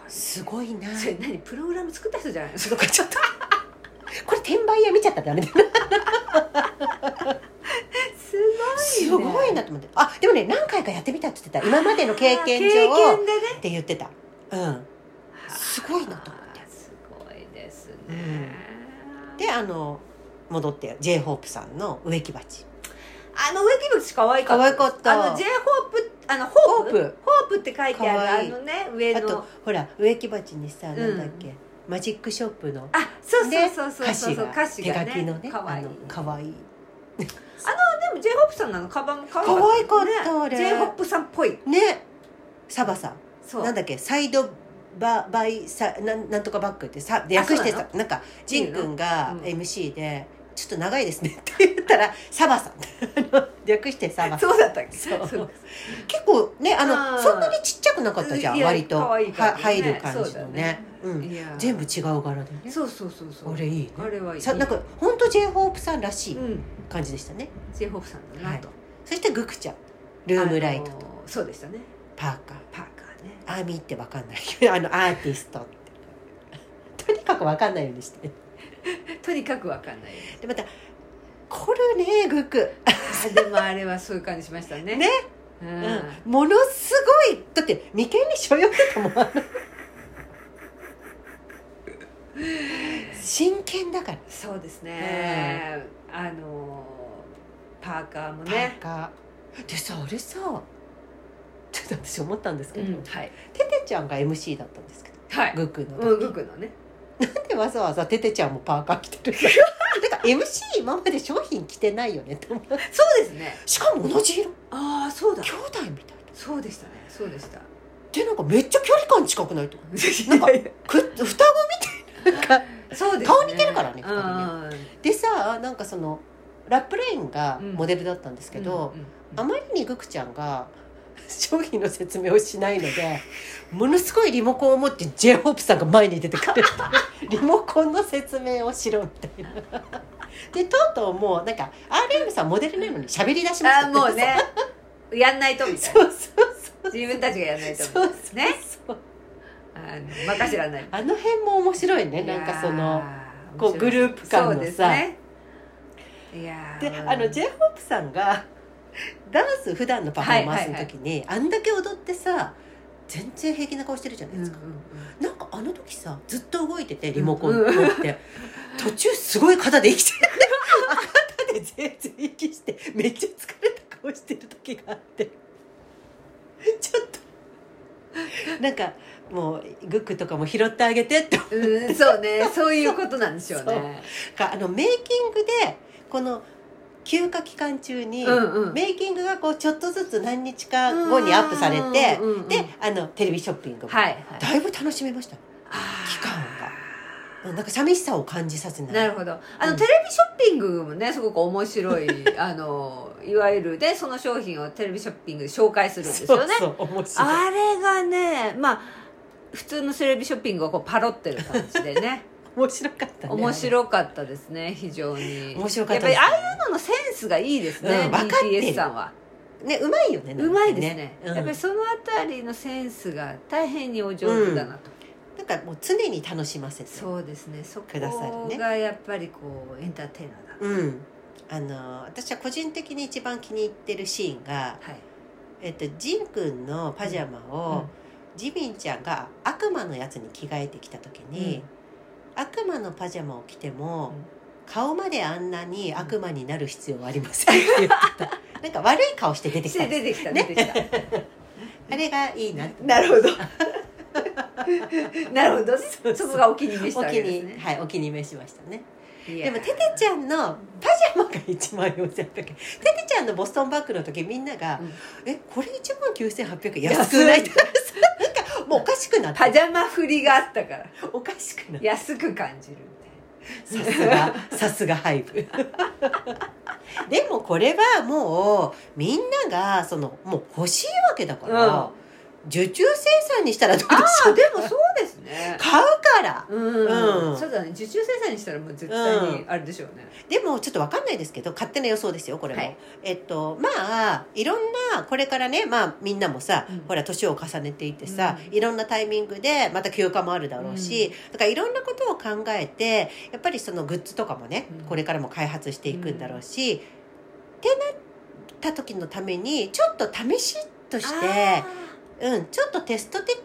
す
すごいな
ごいそれ何プログラム作った人じゃないの
すごいちょっとこれ転売屋見ちゃったらダメだな
す
す
ごいね
ごいなと思ってあでもね何回かやってみたって言ってた今までの経験
あー経
上
験でね
って言ってたうんすごいなと思って
あーすごいですね、
であの戻って j ホープさんの植木鉢
あの植木口可愛かった
可愛かった
あの J ホープあのホ
ホ
ー
ー
プホープ
プ
って書いて
可
ある
愛
あ
い
のね上
あ
の
とほら植木鉢にさ
ん
なんだっけマジックショップの
あそうそう
ね
そうそう
歌
そう
詞が
歌詞
手
が
書
ね
きのね
可愛い
あのかわいい
でも J ホープさんなのカバンも可愛
可愛かったあれ
J ホープさんっぽい
ねサバさん
そう
なんだっけサイドババイサなんなんとかバックってさで
あ
訳して
そう
さなんかジンくん
う
が
ん
MC で「ちょっと長いですね」 って言ったら「サバさん」 あの略してサバさん
そうだったっけ
そう
そう
結構ねあ
あー
のそんなにちっちゃくなかったじゃ
い
ん
や
割と
可愛い感
は
じね
入る感じ
そうだ
の
ね
ねうん
いや
全部違う柄でね
そうそうそうそう
あれいいね
あれはいい
さなんか本当 j ホープさんらし
う
い
ん
感じでしたね
J ホープさんだなと、
そしてグクちゃんルームライト
あのそうでしたね
パーカー
パーカーね
アーミーってわかんない けどあのアーティストって とにかくわかんないようにして
とにかくわかんないよ
でまた「コルねグク」
あでもあれはそういう感じしました ね
ね
うん、
うん、ものすごいだって眉間にしょよってたもんあの真剣だから
そうですね、あのパーカーもね
パーカーでさあれさちょっと私思ったんですけど、
はい
テテちゃんが MC だったんですけど
はい
グクの時、
うんグクのね
なんでわざわざテテちゃんもパーカー着てるのなんか MC 今まで商品着てないよねって思う
そうですね
しかも同じ色
ああそうだ
兄弟みたいな
そうでしたねそうでした
でなんかめっちゃ距離感近くないとかなん かくっ双子みたいななんか
そうですね
顔似てるからね
うん
二でさなんかそのラップレインがモデルだったんですけど、
うんうん
あまりにグクちゃんが商品の説明をしないのでものすごいリモコンを持って j ホープさんが前に出て くるリモコンの説明をしろみたいな。でとうとうもうなんか RM さんモデルなのに喋り出しまし
あ
た
あもうねやんないとみ たい
そうそう
な自分たちがやんないとみた
そ
いうな
そう、
ね
そう
あの任せらんない
あの辺も面白いねなんかその。こうグループ感のさ
そうですねいや
であの j ホープさんがダンス普段のパフォーマンスの時に、あんだけ踊ってさ全然平気な顔してるじゃないですか、なんかあの時さずっと動いててリモコン持って、途中すごい肩で息して肩で全然息してめっちゃ疲れた顔してる時があってちょっとなんかもうグックとかも拾ってあげてって
うんうんそ うねそういうことなんでしょうね
かあのメイキングでこの休暇期間中に、
うんうん
メイキングがこうちょっとずつ何日か後にアップされて
うんうんうんうん
であのテレビショッピングも、
はいはい
だいぶ楽しめました期間がうんなんか寂しさを感じさせない
なるほどあの、
うん
テレビショッピングもねすごく面白い あのいわゆるでその商品をテレビショッピングで紹介するんですよね
そうそう面白い
あれがねまあ普通のテレビショッピングをこうパロってる感じ でね
面白かったね
面白かったですね非常に
面白かった
や
で
っ
す
ぱりああいうののセンスがいいですね、
うん分かってる
BTS さんは
ねうまいよね
うまいですね
うん
やっぱりそのあたりのセンスが大変にお上手だなと、
なんかもう常に楽しませて
そうですねそこ
くださるね
がやっぱりこうエンターテイナーだ、
うんあの私は個人的に一番気に入ってるシーンが、
はい
えっと、ジンくんのパジャマを、
うん
ジミンちゃんが悪魔のやつに着替えてきた時に、悪魔のパジャマを着ても、
うん
顔まであんなに悪魔になる必要はありませんって言って たなんか悪い顔して出てきた
出てきた出てきた、
あれがいいなって
なるほど なるほどそそこがお気に召した
お
わ
気
けです
に
ね
はいお気に召しましたね
いや
でもテテちゃんのパジャマが1万4800円テテちゃんのボストンバッグの時みんなが「
うん
えこれ1万9800円安くない?」って なんかもうおかしくなっ
パ
て
ジャマ振りがあったから
おかしくなって
安く感じる
さすがさすがハイブでもこれはもうみんながそのもう欲しいわけだか
みたいな、
ら、受注生産にしたらどうでしょ
あ
う
でもそうですね
買うから
うん、
うん
そうだね受注生産にしたらもう絶対にあれでしょうね、
でもちょっとわかんないですけど勝手な予想ですよこれも、
はい
えっとまあいろんなこれからねまあみんなもさ、
うん
ほら年を重ねていってさ、
うん
いろんなタイミングでまた休暇もあるだろうし、だからいろんなことを考えてやっぱりそのグッズとかもね、
うん
これからも開発していくんだろうし、ってなった時のためにちょっと試しとして
あ、
うん、ちょっとテスト的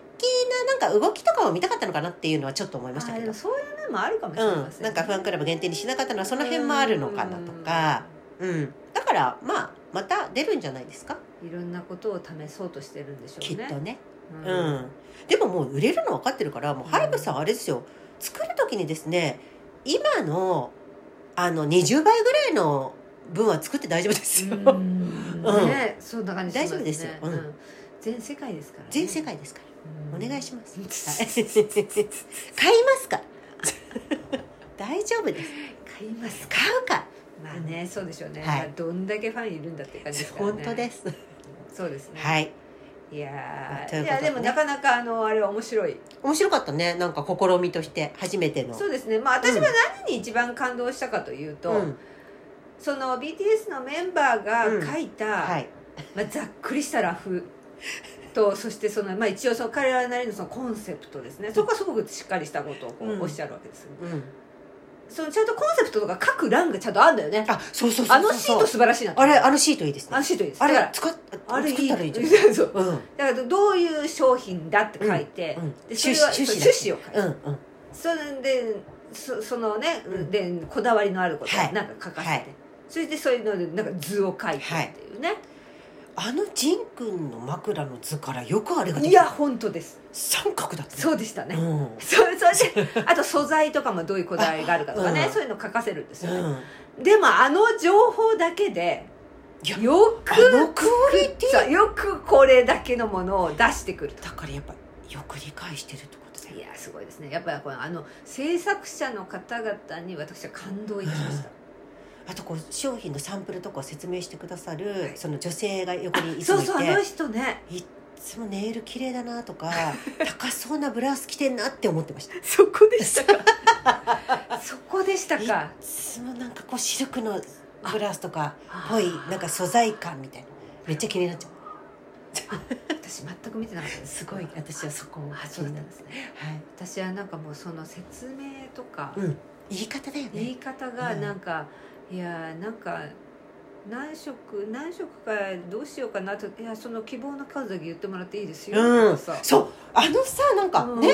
ななんか動きとかを見たかったのかなっていうのはちょっと思い
ー
ました
あ
け
ーで
ど
も。そういう面もあるかもしれませ、
うんん、なんかファンクラブ限定にしなかったのはその辺もあるのかなとか、うんだからまあまた出るんじゃないですか、
うんいろんなことを試そうとしてるんでしょ
き
う
っ
ね
とね、
うん
うんでももう売れるの分かってるからもうハイブさんあれですよ作る時にですね今のあの20倍ぐらいの分は作って大丈夫ですよ、
うん
うん
ね、そんな感じしま
大
すね
丈夫ですようん
全世界ですから、ね、
全世界ですからお願いし ます、はい買いますから 大丈夫です
ます買いますか
買うから、
まあねそうでしょうね、
はい
まあどんだけファンいるんだって感じですからね
本当です、
そうですね、
はい
いや
とい
ー
う
い
こと
や
で
でもなかなかあのあれは面白い
面白かったねなんか試みとして初めての
そうですねまあ私は何に一番感動したかというと、
うん
その BTS のメンバー
うん
が書いた、
はい、
まあ、ざっくりしたラフとそしてその、まあ、一応その彼らなりのそのコンセプトですねそこはすごくしっかりしたことをこ
うん
うおっしゃるわけです、
うん、
そのちゃんとコンセプトとか書く欄がちゃんとあるんだよね
あそうそうそうそう
あのシート素晴らしいな
あれあのシートいいです
あ
ね
のシートいいです
あ
だ
れ
から
使っ
あれい
作っ
い
たらいいじゃ
そう
うんうん
だからどういう商品だって書いて、
うん
でそれは
趣
趣
旨趣
旨
旨
趣旨を書いて、
うんうん
それでそそのね、
うん
でこだわりのあることを
はい
なんか書かせて、
はい
それでそういうのでなんか図を書いてっていうね、
あのジンくんの枕の図からよくあれが
い、
できた
や本当です
三角だったね
そうでしたね、
うん
そうそれであと素材とかもどういうこだわりがあるかとかね、
うん
そういうの書かせるんですよ、ね
うん
でもあの情報だけで
いや
よ
あ
く
のクオリティ
そうよくこれだけのものを出してくると
だからやっぱよく理解してるってことだよ
いやすごいですねやっぱりこのあの制作者の方々に私は感動いたしました、
あとこう商品のサンプルとかを説明してくださる、
はい
その女性が横にいつ
そ
も
う
いて
そうあの人ね
いっつもネイル綺麗だなと か高そうなブラウス着てんなって思ってました
そこでしたかそこでしたか
いつもなんかこうシルクのブラウスとかっぽいなんか
あ
素材感みたいなめっちゃ気になっちゃう
私全く見てなかったです
すごい私はそこを
あ
気
そうだ
に
っ
なる
たんですね私はなんかもうその説明と
は
か、
い、うん、言い方だよ
言
ね
い方がなんか、いやーなんか何色何色かどうしようかなといやその希望の数だけ言ってもらっていいですよ、
うん
とかさ
そうあのさなんか
うん
ね、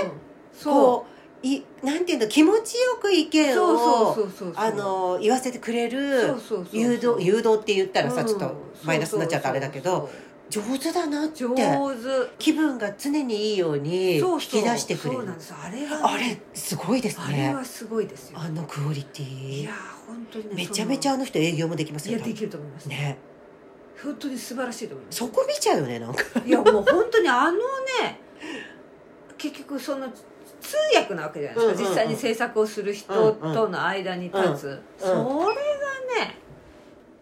そう
こういなんていうの気持ちよく意見を
そうそうそうそう
あの言わせてくれ
そう
る
そうそう
誘導誘導って言ったらさ、
うん
ちょっとマイナスになっちゃうとあれだけど上手だなっ
そうそう
て
上
気分が常にいいように
手
引
そう
き出してくれる
そうなんですあれが
あれすごいです
あれ
ね
はすごいですよ
あのクオリティ
いやー本当にね
めちゃめちゃあの人営業もできます
その
よ
いやできると思います、
ね
本当に素晴らしいと思います
そこ見ちゃうよねなんか
いやもう本当にあのね結局その通訳なわけじゃないですか、
うんうんうん
実際に制作をする人との間に立つ、
うんうん
それがね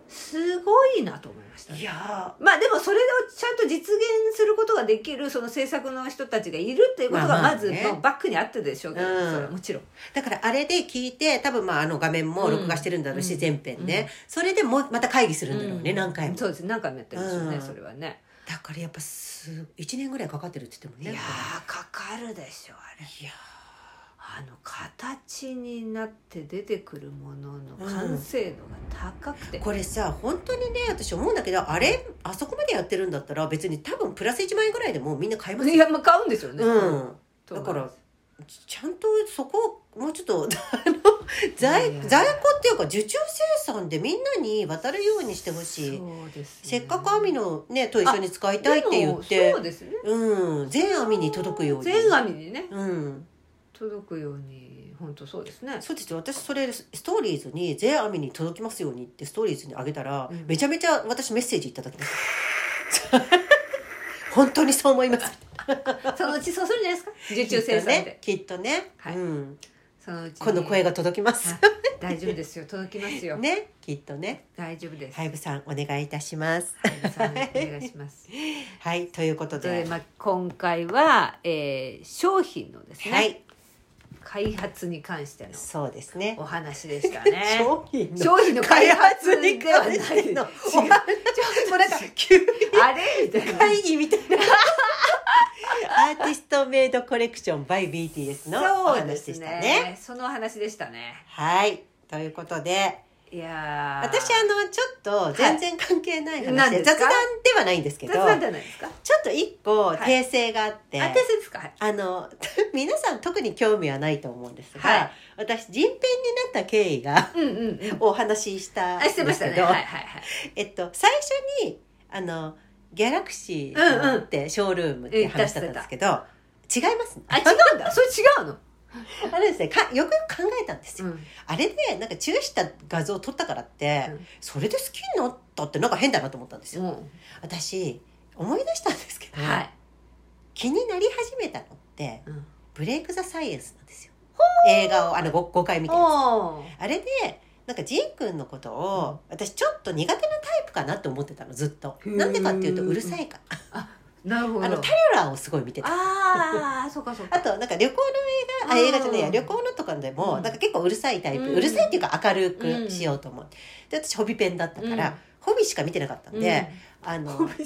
すごいなと思いましたね、
や
まあでもそれをちゃんと実現することができるその制作の人たちがいるっていうこと
ま
が
あまあ
まず
ね
のバックにあってでしょうけど、
うん
それはもちろん
だからあれで聞いて多分まああの画面も録画してるんだろうし、
うん
全編ね、
うん
それでもうまた会議するんだろうね、
うん
何回も
そうです何回もやってるんですよね、
うん
それはね
だからやっぱす1年ぐらいかかってるって言っても
い
ね
や
こ
ーかかるでしょあれ
れいや
あの形になって出てくるものの完成度が高くて、
ーこれさ本当にね私思うんだけどあれあそこまでやってるんだったら別に多分プラス1万円ぐらいでもうみんな買えます
い
よ、
やまあ買うんですよね、
うん、
と
だ
思
か
い
ら
ます
ちゃんとそこをもうちょっと あの在
いや
在庫っていうか受注生産でみんなに渡るようにしてほしい、
そうですね
せっかく網のねと一緒に使いたいって言っ
で
て
もそうですね
うん全網に届くように
全網にね
うん
届くように本当そうですね
そうですよ私それストーリーズに「全網に届きますように」ってストーリーズにあげたら、
うん
めちゃめちゃ私メッセージいただきました本当にそう思います
そのうちそうするんじゃないですか受注生産で、
きっとね、きっとね
はい
うん、
そのうちに
この声が届きます
は、い大丈夫ですよ届きますよ、
ねきっとね
大丈夫です
ハイブさんお願いいたします
はいさんお願いし ます
はいということで
で、まあ、今回は、えー商品のですね、
はい
開発に関しての
そうですね
お話でしたね
商品の
商品の開発にではな
開
い
発に関しての
違う
お話もうなんか急に
あれみたいな
会議みたいなアーティストメイドコレクション by BTS のお
そうで
話
す
でしたね
ねそのお話でしたね
はいということで
いやー
私あのちょっと全然関係ない話
何
で、
です
雑
か
談ではないんですけど
雑談じゃないですか
ちょっと一個
はい
訂正があって、
あ訂正ですかはい
あの 皆さん特に興味はないと思うんですが、
はい
私人編になった経緯が
うんうんうん
お話ししたん
あ
で
してますした
け
ね
ど、
はいはいはい
えっと、最初にあのギャラクシーって、ショールームって話だったんですけど違いますね
あ違うんだそれ違うの、
あれですねかよくよく考えたんですよ、
うん、
あれでなんか注意した画像を撮ったからって、
うん
それで好きになったってなんか変だなと思ったんですよ、
うん
私思い出したんですけど、
はい、
気になり始めたのって
うん、
ブレイク・ザ・サイエンスなんですよ映画をあの 5, 回見て
おー
あれでなんかジン君のことを、私ちょっと苦手なタイプかなって思ってたのずっと
へー
なんでかっていうとうるさいから
なるほど
あのタレラーをすごい見てた
ああそうかそうか
あとなんか旅行の映画あ
うん
映画じゃないや旅行のとかでも、
うん
なんか結構うるさいタイプ、
う
うんるさいっていうか明るくしようと思って、で私ホビペンだったから、
うん
ホビしか見てなかったんで、あのちょ
ホ
っと
ビコ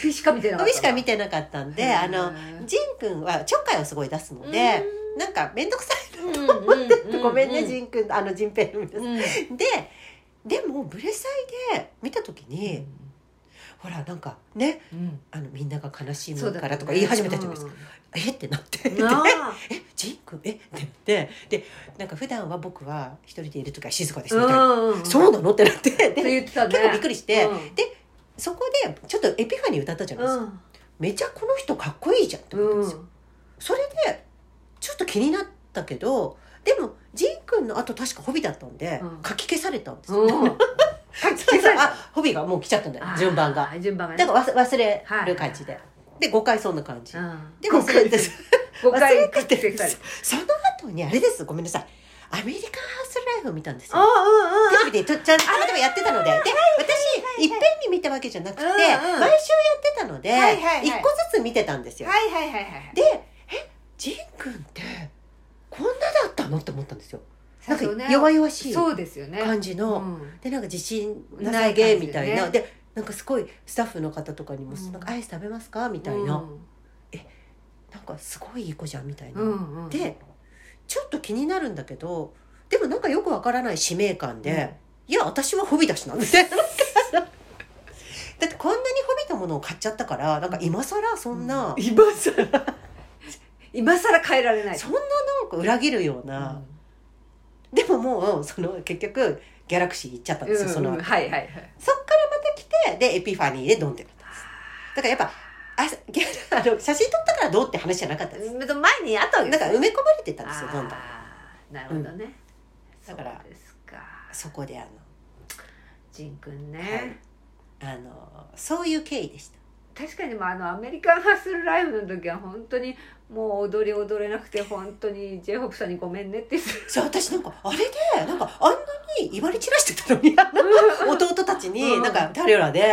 ピーしか見てな
ホ
かった
ビしか見てなかったんであのジン君はちょっかいをすごい出すので、なんか面倒くさい
うん
ごめんね、
う
ジン君あのジンペイの皆さん
うん
ででもブレサイで見た時に、ほらなんかね
うん
あのみんなが悲しい
そ
も
うんだ
からとか言い始めたじゃないですか、
か
えってなって
な
で
あ
えジン君えってなってでなんか普段は僕は一人でいる時は静かですみたいな、
うんうん
そうなのってなってで
って言ってたね
結構びっくりして、
うん
でそこでちょっとエピファニー歌ったじゃないですか、
うん
めちゃこの人かっこいいじゃんって思ったん
う
ですよ、それでちょっと気になったけどでもジン君の後確かホビだったんで、
うん
書き消されたんですよ、
ん消された
あホビがもう来ちゃったんだよ順番が
あー順番が
だ
ね
から忘忘れる感じで、で5回そんな感じ、
うん
で忘れて
誤
忘れ
解
てて
くっつけたり
その後にあれですごめんなさいアメリカンハウスライフを見たんです
あ
よ
うんうん
テレビでとちゃんと例えばやってたのでで私いっぺんに見たわけじゃなくて、
うんうん
毎週やってたので、一
はいはいはい
1個ずつ見てたんですよ、
はいはいはいはい
でえジン君ってこんなだったのって思ったんですよなんか
そうね
弱々しい
そうですよね
感じ
う
の、
ん
でなんか自信なさげみたいな
ない感じ
でなんかすごいスタッフの方とかにも
うん
「なんかアイス食べますか?」みたいな、
うん
なんかすごいいい子じゃんみたいな、
うんうん
でちょっと気になるんだけどでもなんかよくわからない使命感で「いや私はホビだしな」みたいな。だってこんなにホビのものを買っちゃったからなんか今更そんな、
今さら今さら変えられない
そんななんか裏切るような、でももうその結局ギャラクシー行っちゃったんですよ、
うん
その
うんはいはいはい
そっからまた来てでエピファニーでドンってなったんですだからやっぱあギャラあの写真撮ったからどうって話じゃなかったです
うんと前にあったわけ
なんか埋め込まれてたんですよどんどん
あーなるほどね、
だから
そうですか
そこであの
ジンくんね、
はいあのそういう経緯でした
確かにまああのアメリカンハッスルライフの時は本当にもう踊り踊れなくて本当に j ホ p さんにごめんねって言って
そう私なんかあれでなんかあんなに威張り散らしてたのにあの弟たち
う
に
ん
なんかタレラで
はい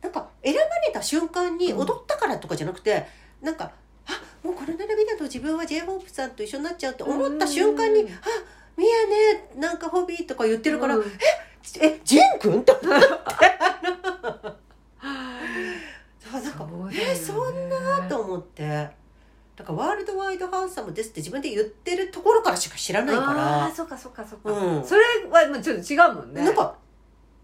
なんか選ばれた瞬間に
うん
踊ったからとかじゃなくてなんかあもうこの並びだと自分は j ホープさんと一緒になっちゃうって思った瞬間に
うん
あミヤねなんかホビーとか言ってるから、
うん
えジェン君と思ってあのなんか
そうだよね
えそんなと思ってだからワールドワイドハンサムですって自分で言ってるところからしか知らない
あ
か
ーそっかそっかそっか、
らうん
それはもうちょっと違うもんね
なんか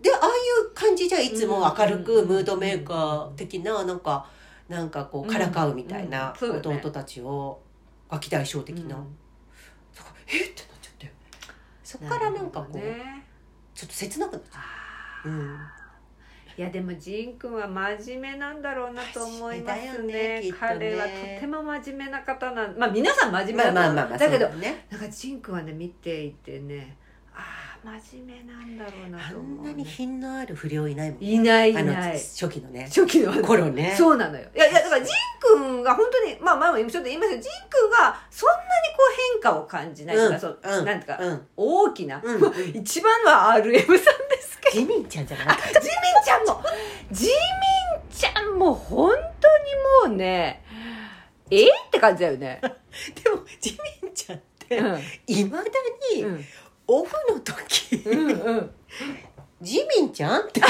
でああいう感じじゃいつも明るくムードメーカー的ななんかなんかこうからかうみたいな
うんうんそうだね
弟たちを秋大将的な、
うん
そっかえっってなっちゃってそっからなんかこう、
なるほどね
ちょっと切なくなっちゃ
あ
う、うん、
ーいやでもジン君は真面目なんだろうなと思いま
真
す
面目だ
ね
よねきっとね
彼はとても真面目な方なんまあ皆さん真面目
まあ
だ
まあ
と
まあま
思
あ
うだけど
そうね
なんかジン君はね見ていてねああ真面目なんだろうな
あ
と
ん
思う、
なに
ね、
品のある不良いないもんね
いないい
あの
ない
初期のね
初期の
頃ね
そうなのよいやいやだからジン君が本当にまあ前もちょっと言いましたけどジン君がそんなにこう変化を感じないとか、そう
うん
なんていうか、
うん
大きな、
うん
まあ 一番は RM さんですけど
ジミンちゃんじゃない
ジミンちゃんもジミンちゃんも本当にもうねえって感じだよ ね、
でもジミンちゃんって
うん
いまだ
う
に
ん
オフの時、
うんうん、
ジミンちゃんっていう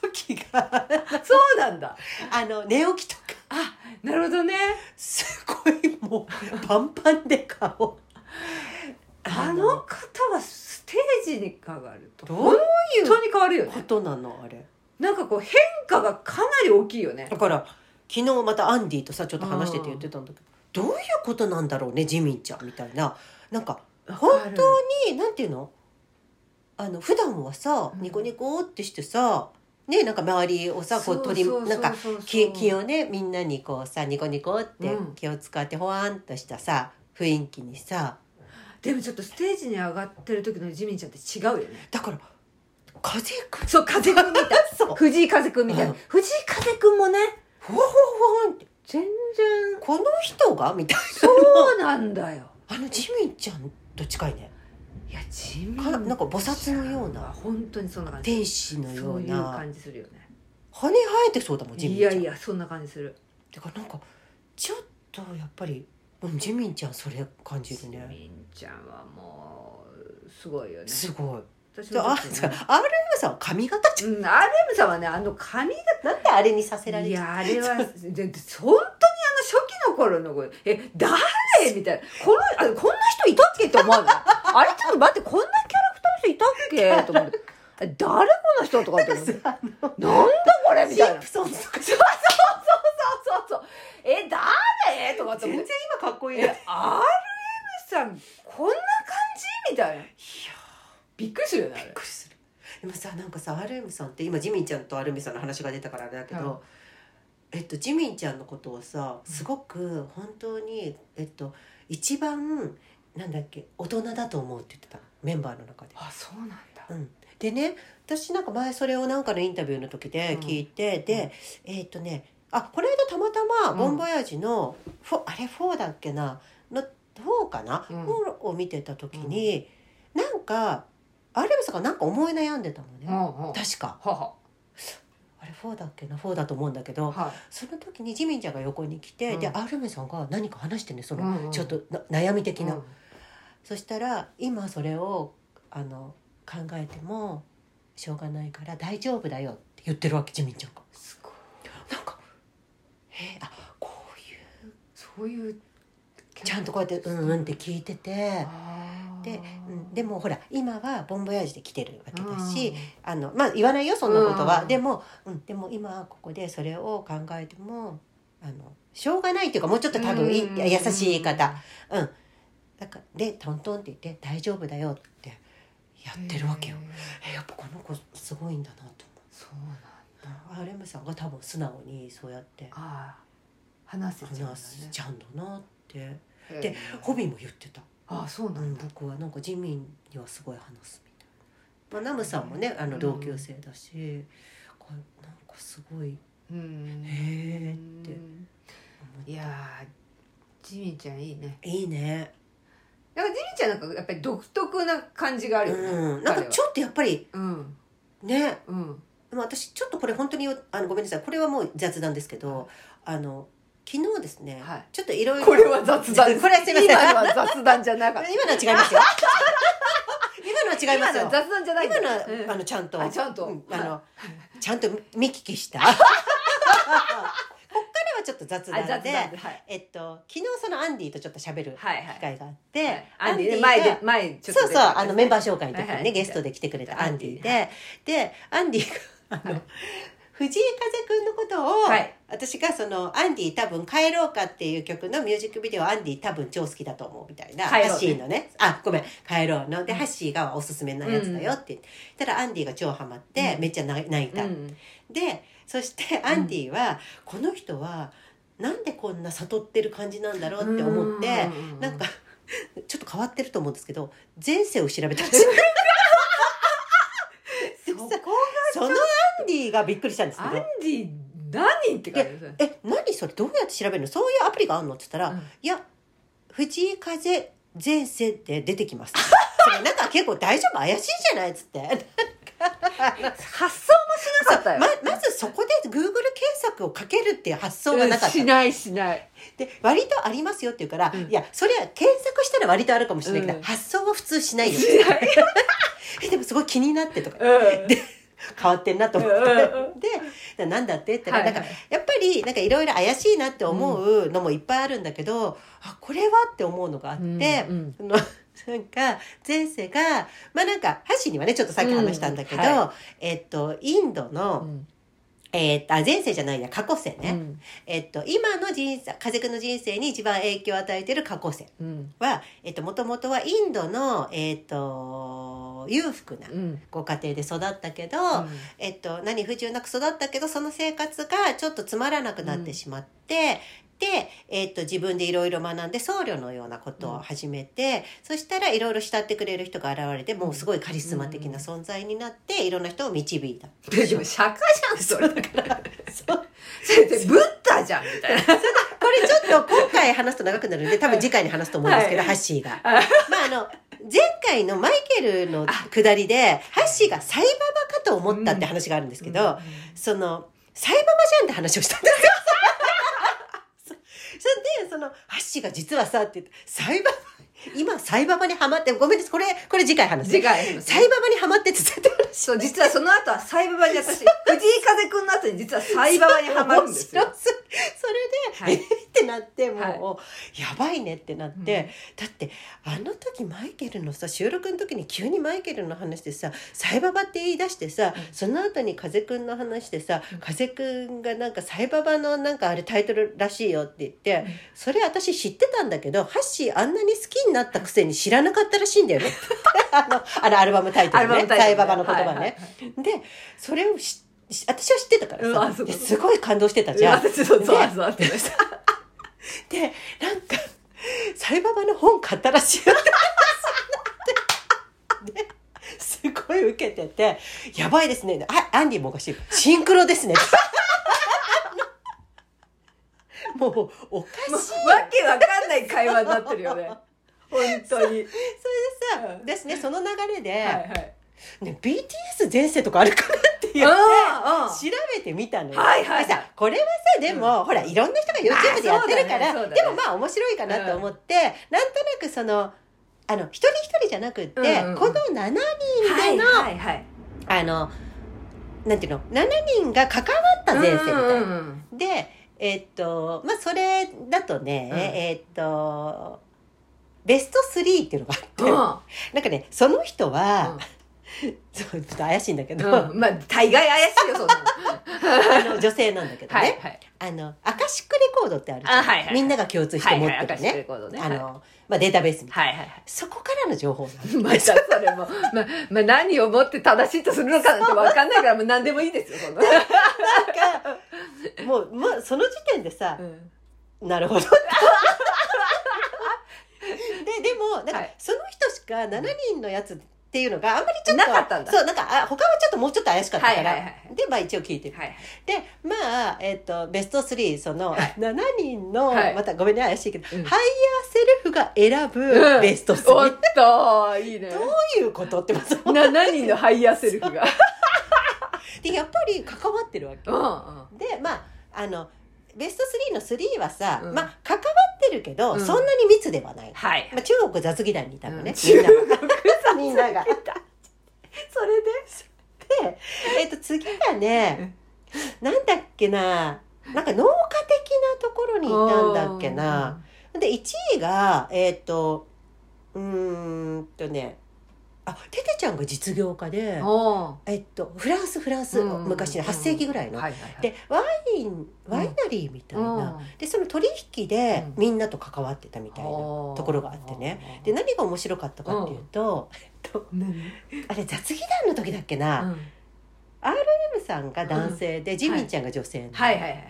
時が
そうなんだ
あの寝起きとか
あなるほどね
すごいもうパンパンで顔
あの方はステージに変わると
ど
本
ういう
当に変わるよね
ことなのあれ
なんかこう変化がかなり大きいよね
だから昨日またアンディとさちょっと話してて言ってたんだけどどういうことなんだろうねジミンちゃんみたいななんか本
当
になんていうのあの普段はさ
うん
ニコニコってしてさねなんか周りをさこう取りなんか気気をねみんなにこうさニコニコって
うん
気を使ってほわんとしたさ雰囲気にさ
でもちょっとステージに上がってる時のジミンちゃんって違うよね
だから風邪く
そう 風くんみたい
そう
藤井風くんみたいな、
うん
藤井風くんもね
ふわふわふわんって
全然
この人がみたいな
そうなんだよ
あのジミンちゃんと近いね
いやジミン
かなんか菩薩のような
本当にそんな感じ
天使のよ
そうういう
な
感じするよね
羽生えてそうだもんジミン
い
ちゃ
や
ん
いやそんな感じする
てかなんかちょっとやっぱり、うん、ジミンちゃんそれ感じる
ジ
ね
ミンちゃんはもうすごいよね
すごい
私
で
も
あ
ちょっとね
RM さんは髪型ち
うん、アレムさんはねあの髪が
ゃなんであれにさせられ
い
ちゃう
やあれはでで本当にあの初期の頃の声え誰みたいなこのあこんな人いたっ けって思うのあれちょっと待ってこんなキャラクターの人いたっけと思ってえ誰この人とかって 思って
さあの
なんだこれみ
シ
たい
ン
な
プ
そう
ソンズとか
そうそうそうそうえ誰とかって
全
思
然
って
今かっこいい
え
ね
RM さんこんな感じみたいないびっくりするよねあ
びっ
れ
くりするでもさなんかさ RM さんって今ジミンちゃんと RM さんの話が出たからあれだけど、
は
えっと、ジミンちゃんのことをさすごく本当に、えっと、一番なんだっけ大人だと思うって言ってたのメンバーの中で。
あそうなんだ
うん、でね私なんか前それをなんかのインタビューの時で聞いて、で、えーっ、とねあこの間たまたま「
うん
ボンボヤージの」フォあれ4だっけなの4かな、
うん
4を見てた時に、なんかアレムさんがなんか思い悩んでたのね、
うんうんは
確か
は
あれ4だっけな4だと思うんだけど
は
その時にジミンちゃんが横に来て、
うん
でアレムさんが何か話してねその、
うんうん
ちょっとな悩み的
い
な。そしたら今それをあの考えてもしょうがないから大丈夫だよって言ってるわけジミンちゃんが
すごい
なんかえー、あこういう
そういう
ちゃんとこうやってうんうんって聞いててで,、うん、で
も
もほら今はボンボヤージュで来てるわけだしあのまあ言わないよそんなこと
う
は
ん
でも、うん、でも今ここでそれを考えてもあのしょうがないっていうかもうちょっと多分いい優しい言い方だからでトントンって言って「大丈夫だよ」ってやってるわけよ。えやっぱこの子すごいんだなと
そうなんだ
思う RM さんが多分素直にそうやって
ああ話せちゃうんだ
話すちゃうんだなって
ね
でホビーも言ってた、
ああそう
う
なん
ん、
だ
僕はなんかジミンにはすごい話すみたいな、まあ、ナムさんもねあの同級生だし、こうなんかすごい
うん
へえって思った
いやージミンちゃんいいね
いいね
なんかジミンちゃんなんかやっぱり独特な感じがあるよね
うんなんかち
ょ
ょっとやっぱり
うん
ね
うん
でも私ちょっとこれ本当にあのごめんなさいこれはもう雑談ですけどあの昨日ですね、
はい
ちょっといろいろ
これは雑談で す
これはすいません
今のは雑談じゃなかっ
今
た
のは違います よ今のは違いま
今
す
のは
よ
雑談じゃないんだ
今のは、
うん
あのちゃんと
あちゃんと
うんあ
はい
のちゃんと見聞きした こっからはちょっと雑
あ雑
談
談
で
ではい
えっと昨日そのアンディとちょっと喋る
はいは
機
い
会があって、
はいアンディ
ア
ね
が
前で前ちょっと
そうそうあのメンバー紹介の時にね、
はいはい
ゲストで来てくれたアンディで、
は
でアンディがあの、
はい
藤井風くんのことを、
はい
私がその「アンディ多分帰ろうか」っていう曲のミュージックビデオ「アンディ多分超好きだと思う」みたいな、
帰ろうね
ハッシーのねあごめん「帰ろうの」で、
うん
ハッシーがおすすめのやつだよって言ってたらアンディが超ハマって、
うん
めっちゃ泣いた、
うん
でそしてアンディは、この人はなんでこんな悟ってる感じなんだろうって思って、
うん
なんか ちょっと変わってると思うんですけど前世を調べたんですよ
そこ
そのアンディがびっくりしたんですけ
アン
ど
ディ何って感じですよ
「え何それどうやって調べるのそういうアプリがあるの?」って言ったら「
うん
いや藤井風前世で出てき ます」それなんか結構大丈夫怪しいじゃないっつって
発想もしなかった
ま
よ、
まずそこで Google 検索をかけるっていう発想がなかった
しないしない
で割とありますよって言うから、
うん
いやそれは検索したら割とあるかもしれないけど、
うん
発想は普通しないよ
しない
えでもすごい気になってとか
うん
変わってんなと思って、
うんうんう
でなんだってって言ったら、
はいはい
なんかやっぱりなんかいろいろ怪しいなって思うのもいっぱいあるんだけど、あこれはって思うのがあって、
うん
その なんか前世がまあなんかハッシーにはねちょっとさっき話したんだけど、
うんは
えっとインド
う
の、
ん
えっとあ前世じゃないや過去世ね、
うん
えっと今の人生風くんの人生に一番影響を与えてる過去世
うん
はえっともともとはインドのえっと裕福な
うん
ご家庭で育ったけど、
う
えっと、何不自由なく育ったけどその生活がちょっとつまらなくなってしまって、で、えっと、自分でいろいろ学んで僧侶のようなことを始めて、そしたらいろいろ慕ってくれる人が現れてもうすごいカリスマ的な存在になっていろんな人を導いた。
んででも釈迦じゃんそれだから
そう
それでブッダじゃんみたいな
これちょっと今回話すと長くなるんで多分次回に話すと思うんですけど、
はい
ハッシーが。 まあ
あ
あの前回のマイケルの下りでハッシーがサイババかと思ったって話があるんですけど、そのサイババじゃんって話をしたんですよ。 そそれでそのハッシーが実はさって言ってサイババ今サイババにハマってごめんですこれこれ次回話す
次回
サイババにハマってって絶対話
そう実はその後はサイババに私藤井風くんの後に実はサイババにハマるんですよ
面白そうそれでえ
はい
ってなってもう、
は
やばいねってなって、
うん
だってあの時マイケルのさ収録の時に急にマイケルの話でさ「サイババ」って言い出してさ、
うん
その後に風くんの話でさ、
うん
風くんがなんか「サイババ」のなんかあれタイトルらしいよって言って、
うん
それ私知ってたんだけどハッシーあんなに好きになったくせに知らなかったらしいんだ よねあのあのアルバムタイト
アル
ル
バ
ね
ムタイトル
サイババ」の言葉ね。
はいはいはい
でそれを知し私は知ってたから
うん
さ
あ、そう
ですごい感動してたじゃん。
私そうそうそうあってました
でなんかサイババの本買ったらしいよって話になってですごい受けてて「やばいですね」あアンディもおかしい「シンクロですね」もうおかしい
もうわけわかんない会話になってるよね本
そ
当に
れでさですねその流れで、
はいはい
ね、BTS 前世とかあるかなって言って
ああ
調べてみたのよ。
はいはい
でさこれはさでも、ほらいろんな人が YouTube でやってるから、
まあそうだねそうだね
でもまあ面白いかなと思って、なんとなくそのあの一人一人じゃなくって、
うんうん
この7
は
人で
い
の、
はいはい
あのなんていうの7人が関わった前世みたいな。
うんうん
でえっとまあそれだとね、
うん
えっとベスト3っていうのが
うん
あって、なんかねその人は、 そうちょっと怪しいんだけど、
うんまあ大概怪しいよそんなの
あの女性なんだけどね。
はいはい
あの、アカシックレコードってあるじゃん。
あはいはい
みんなが共通して持ってるね。
はいはい
あ
はい
の、まあ、データベースみたいな。
はいはい
そこからの情報なの。
またそれも、まあ、まあ何をもって正しいとするのかなんてわかんないからもう何でもいいですよそんな
もう、もう、その時点でさ
う、ん
なるほど。で、でも、なんか、
はい
その人しか7人のやつっていうのがあんまりちょっと。
なかったんだ
そう、なんか、あ他はちょっともうちょっと怪しかったから。
はいはいはい
で、まあ一応聞いてる。
はい
で、まあ、えっ、と、ベスト3、その、
はい
7人の、
はい
またごめんね、怪しいけど、
うん
ハイヤーセルフが選
う
ぶ
ん
ベスト3。
おっといいね
どういうことってまず 思っ
7人のハイヤーセルフが
てやっぱり関わってるわけ
うんうん
でまああのベスト3の3はさ、
うん
まあ関わってるけど、
うん
そんなに密ではない、
はい
まあ、中国雑技団にいたのね、
うん
みんな
中
がみんな が
それで
で、えっと次がねなんだっけななんか農家的なところにいたんだっけなで1位がえっ、とうーんとねああテテちゃんが実業家で、
お
えっと、フランスフランス、
うん
昔ね8世紀ぐらいの。
はいはいはい、
でワインワイナリーみたいな、でその取引で
うん
みんなと関わってたみたいな、
と
ところがあってねで何が面白かったかっていうと、あれ雑技団の時だっけな、M さんが男性で、ジミンちゃんが女性なの
はいはいはい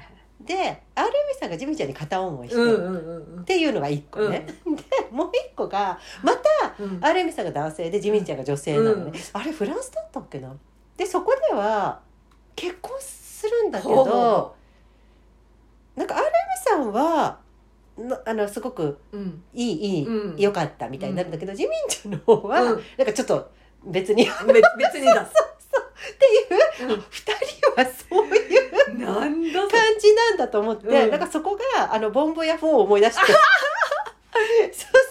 で RM さんがジミンちゃんに片思いして、
うん
っ
うんうん
ていうのが1個ね、でもう1個がまた
うん、
RM さんが男性でジミンちゃんが女性なのね、
うん
あれフランスだったっけなでそこでは結婚するんだけ
ほうほう
ど
ほ
なんか RM さんはなあのすごく
うん
いいいい、
うん
良かったみたいになるんだけど、ジミンちゃんの方は、
うん
なんかちょっと別にって
べ別にだ
いう、二人はそういう感
なんだそれ
じなんだと思って、
うん
なんかそこがあのボンボヤ4を思い出してそう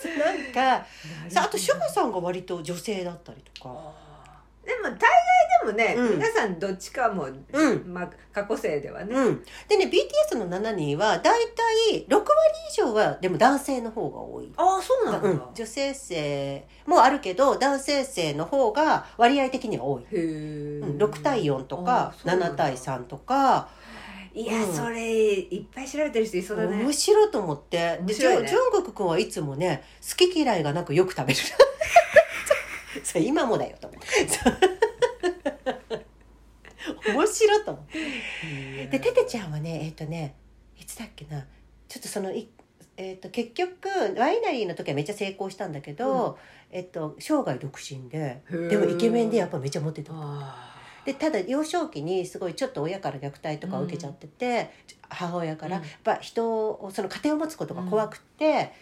そうなんかさあとシュガさんが割と女性だったりとか。
あーでも大概でもね、
うん
皆さんどっちかも、
うん
まあ、過去生ではね、
うん、でね BTS の7人は大体6割以上はでも男性の方が多い、
ああそうなんだ、
うん女性性もあるけど男性性の方が割合的には多い、
へえ、
うん、6対4と
あ
か
そうな
7
んだ
対3とか
いや、
うん
それいっぱい調べてる人いそうだね
面白いと思って、で
面
ジョ
白い
ン
ね
ジョングク君はいつもね好き嫌いがなくよく食べる それ今もだよと思ってそう面白いと思ってでテテちゃんはねえっ、とねいつだっけなちょっとそのいえっと結局ワイナリーの時はめっちゃ成功したんだけど、えっと、生涯独身で
へー
でもイケメンでやっぱめっちゃモテた
あ
でただ幼少期にすごいちょっと親から虐待とかを受けちゃってて、母親から、
うん
やっぱ人をその家庭を持つことが怖くて、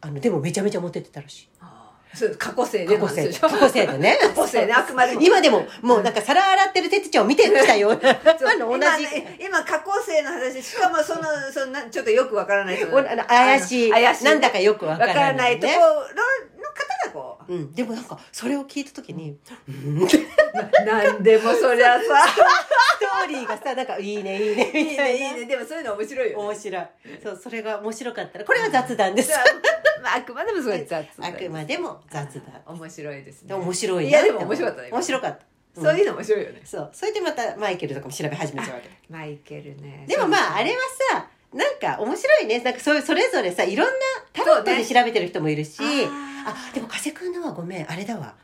あのでもめちゃめちゃモテてたらし
ーあーそう過去生
い
で
過
も
去
ある
生
でしょ
過去生でね
過去生ねあくまでも
今でももうなんか皿洗ってるてつちゃんを見てきたようなあの同じ
今,、ね、今過去生の話しかもそのそのなちょっとよくわからない人
おあの怪しい
あの怪しい
なんだかよくわ
わ
か
から
らな
ないいとこ
ね
ろの方がこう
うん、でもなんかそれを聞いた時に、うん、
なんでも そりゃ
スト
さ
ーリーがさなんかいいねいいね
いい
みたいな
ねいいねでもそういうの面白いよ、ね、
面白いそうそれが面白かったらこれは雑談です
じゃあ、まあ、あくまでもそういう雑
あくまでも雑談
あー面白いですね
でも面白いない
やでも面白かったね
面白かった、
そう
うん
いうの面白いよね、
そうそれでまたマイケルとかも調べ始めちゃうわけ
マイケルね
でもまああれはさなんか面白いねなんかそういうそれぞれさいろんなタロット
そう
で
ね
調べてる人もいるし、
あ
あでも加瀬君のはごめんあれだわ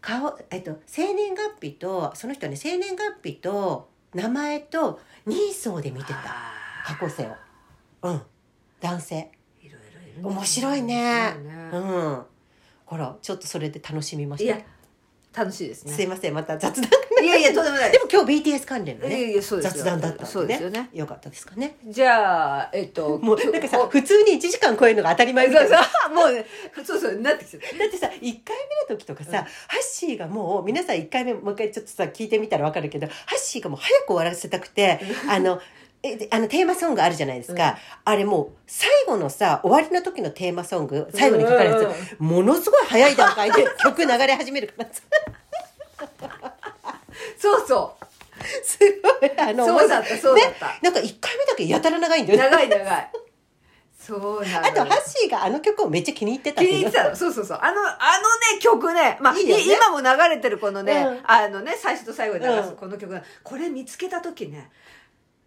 顔えっと生年月日とその人ね生年月日と名前と人相で見てた
あ
過去性をうん男性
ーいろいろいるね
面白いね
面白いね
うんほらちょっとそれで楽しみま
い
した
や楽しいです
すい
ね
ませんまた雑談
いやいやとんでもない
でも今日 BTS 関連の
いや
ね
いやそうですよ
雑談だったんでね
そうですよね
よかったですかね
じゃあえっと
もうなんかさ
お
普通に1時間超えるのが当たり前みたいなだ
そう もうねそうそうなってきちゃった
ってさ1回目の時とかさ、ハッシーがもう皆さん1回目もう一回ちょっとさ聞いてみたら分かるけどハッシーがもう早く終わらせたくてあのえであのテーマソングあるじゃないですか、あれもう最後のさ終わりの時のテーマソング最後にかかるや
うんうん
つ、ものすごい早い段階で曲流れ始めるからさ
そうそ
すごいあ
う
の
そうだったそうだった、
なんか1回目だけやたら長いんだよね
長い長いそうなの
あとハッシーがあの曲をめっちゃ気に入ってた
気
けど
に入ってたのそうそうそうあのあのね曲ね,、まあ、
いいよね
い今も流れてるこのね、
うん
あのね最初と最後に流
う
す
ん
この曲、これ見つけた時ね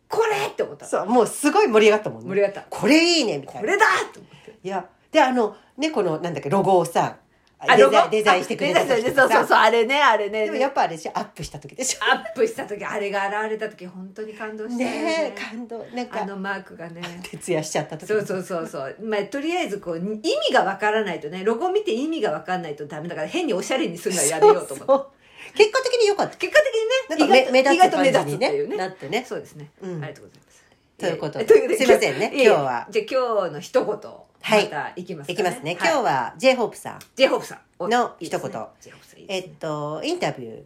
これって思った
そう、もうすごい盛り上がったもんね。
盛り上がった
これいいね、みたい
こ
な。い
れだと思って
や、で、あの、ね、この、なんだっけ、ロゴをさ、
あ
デ
ロゴ
ザイン、デザインしてくれた
あデザイ
時
ンそうそうそうあれねあれね
でもやっぱあれでしょ、アップした時でし
アップした時あれが現れた時本当に感動
ょ。
したよね
ねえ、感動。なん
あ
か、
のマークがね
徹夜しちゃった時。
そうそうそうそう、まあ、とりあえずこう意味がわからないとねロゴ見て意味がわかんないとダメだから変におしゃれにするのはやめようと思って
そう結果的に良かった。
結果的
な
に
ん
ね
か目目立
意外
つ
と目
感
立
じ
つ
に
っていう
ね、
ね
なってね。
そうですね、
うん
ありがとうございます
ということで
えと いうことです
いませんね
いえいえ
今日は
じゃあ今日の一言
はい
またいきますか、
いきますね。今
はい
日は J-Hope さん、
ジェイホープさん
の
いいです
一
ね
言
ジェイホープさんいい
え
です
っ
ね
と、インタビュー、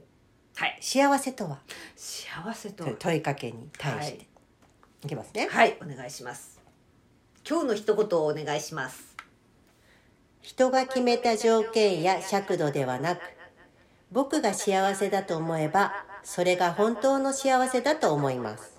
はい
幸せとは
幸せと
という問いかけに対して。いきますね。
はいお願いします今日の一言をお願いします
人が決めた条件や尺度ではなく僕が幸せだと思えばそれが本当の幸せだと思います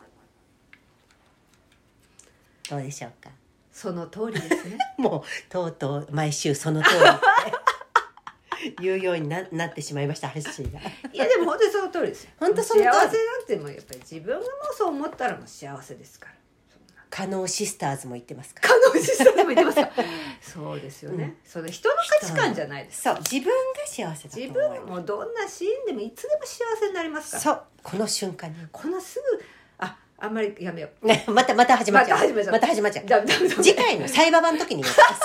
どうでしょうか
その通りですね
もうとうとう毎週その通り 言うようにななってしまいましたハッシーが。
いやでも本当にその通りですよ
本当その通り
幸せなんてもうやっぱり自分がもうそう思ったらもう幸せで すからそんな
可能シスターズも言ってますから。
可能性でも言ってます かそうですよね、
うん
その人の価値観じゃないです
そう自分が幸せだと思
自
う
分もどんなシーンでもいつでも幸せになりますから
そうこの瞬間に。
こんなすぐああんまりやめよう
ねまたまた始まっちゃう。
また始まっち
また始まっち
ゃう
ゃう。
ダメダメダメ
次回のサイババの時にやります。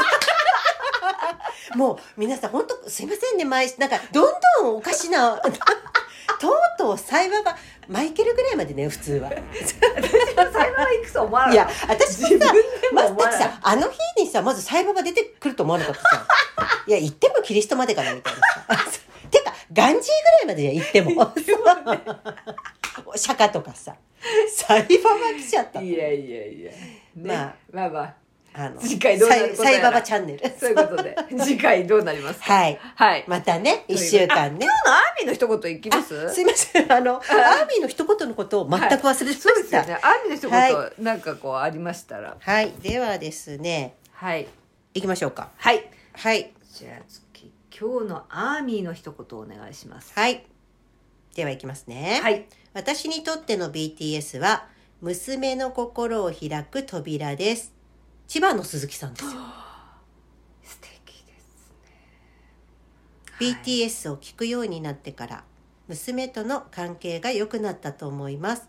もう皆さん本当すいませんね毎なんかどんどんおかしな とうとうサイババマイケルぐらいまでね普通は。
最後はいくつ思わない
いや私もさまず
思わ
だって
ない
さあの日にさまずサイババ出てくると思わなかったさ。いや行ってもキリストまでかなみたいなさ。 てかガンジーぐらいまでじゃ行っても。 釈迦とかさサイババ来ちゃった。
いやいやいや、ね、
ま
ま
あ
あまあまあ
あの
次回どうなることやら
サイサイババチャンネル。
そういうこ とで次回どうなりますか
はい。
はい、
またね、一週間ね。
今日のアーミーの一言いきます
すいません。あの、アーミーの一言のことを全く忘れて
そう
ま
で
し
すよ
た。
ねアーミーの一言、
は
なんかこうありましたら
はい。ではですね、
はい
行きましょうか。
はい
はい。
じゃあ次今日のアーミーの一言お願いします
はい。では行きますね。
はい
私にとっての BTS は、娘の心を開く扉です。千葉の鈴木さんですよ。
素敵ですね
BTS を聞くようになってから娘との関係が良くなったと思います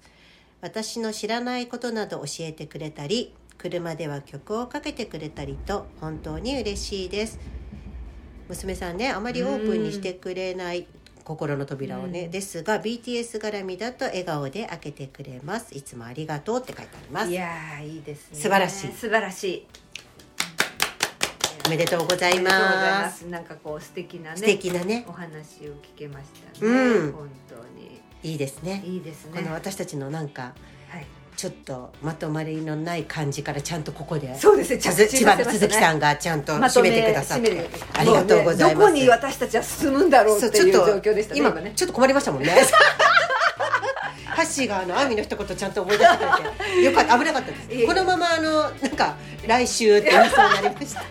私の知らないことなど教えてくれたり車では曲をかけてくれたりと本当に嬉しいです娘さんねあまりオープンにしてくれない心の扉をね、
うん
ですが BTS 絡みだと笑顔で開けてくれますいつもありがとうって書いてありま
はい、い
す
やーいいですね
素晴らしい
素晴らしい
おめでとうござ
あ
います
なんかこう素敵なね
素敵なね
お話を聞けましたね、
うん
本当
いいですね
にいいですね
この私たちのなんか
はい
ちょっとまとまりのない感じからちゃんとここで
そうですね着地
千葉の
させ
鈴
ま
木
したね
さんがちゃんと
まと
締
め
めてくださって、
締めて
ありがとうございます
もうねどこに私たちは進むんだろう
そ
っ
う
て
ちょ
い
っ
う
と
状況でしたね
今
ね
ちょっと困りましたもんね ハッシーがあのアミの一言ちゃんと思い出してくれてよかった危なかったです
いえいえ
このままあのなんか来週って言いそうに なりました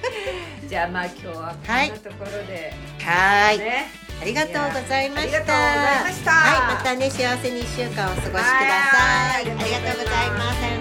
じゃあまあ今日はこん
はい
なところで、
はい、
ね
ありがとうございました
いやありがとうございました
はいまたね幸せに一週間お過ごしください
はい
ありがとうございますさよう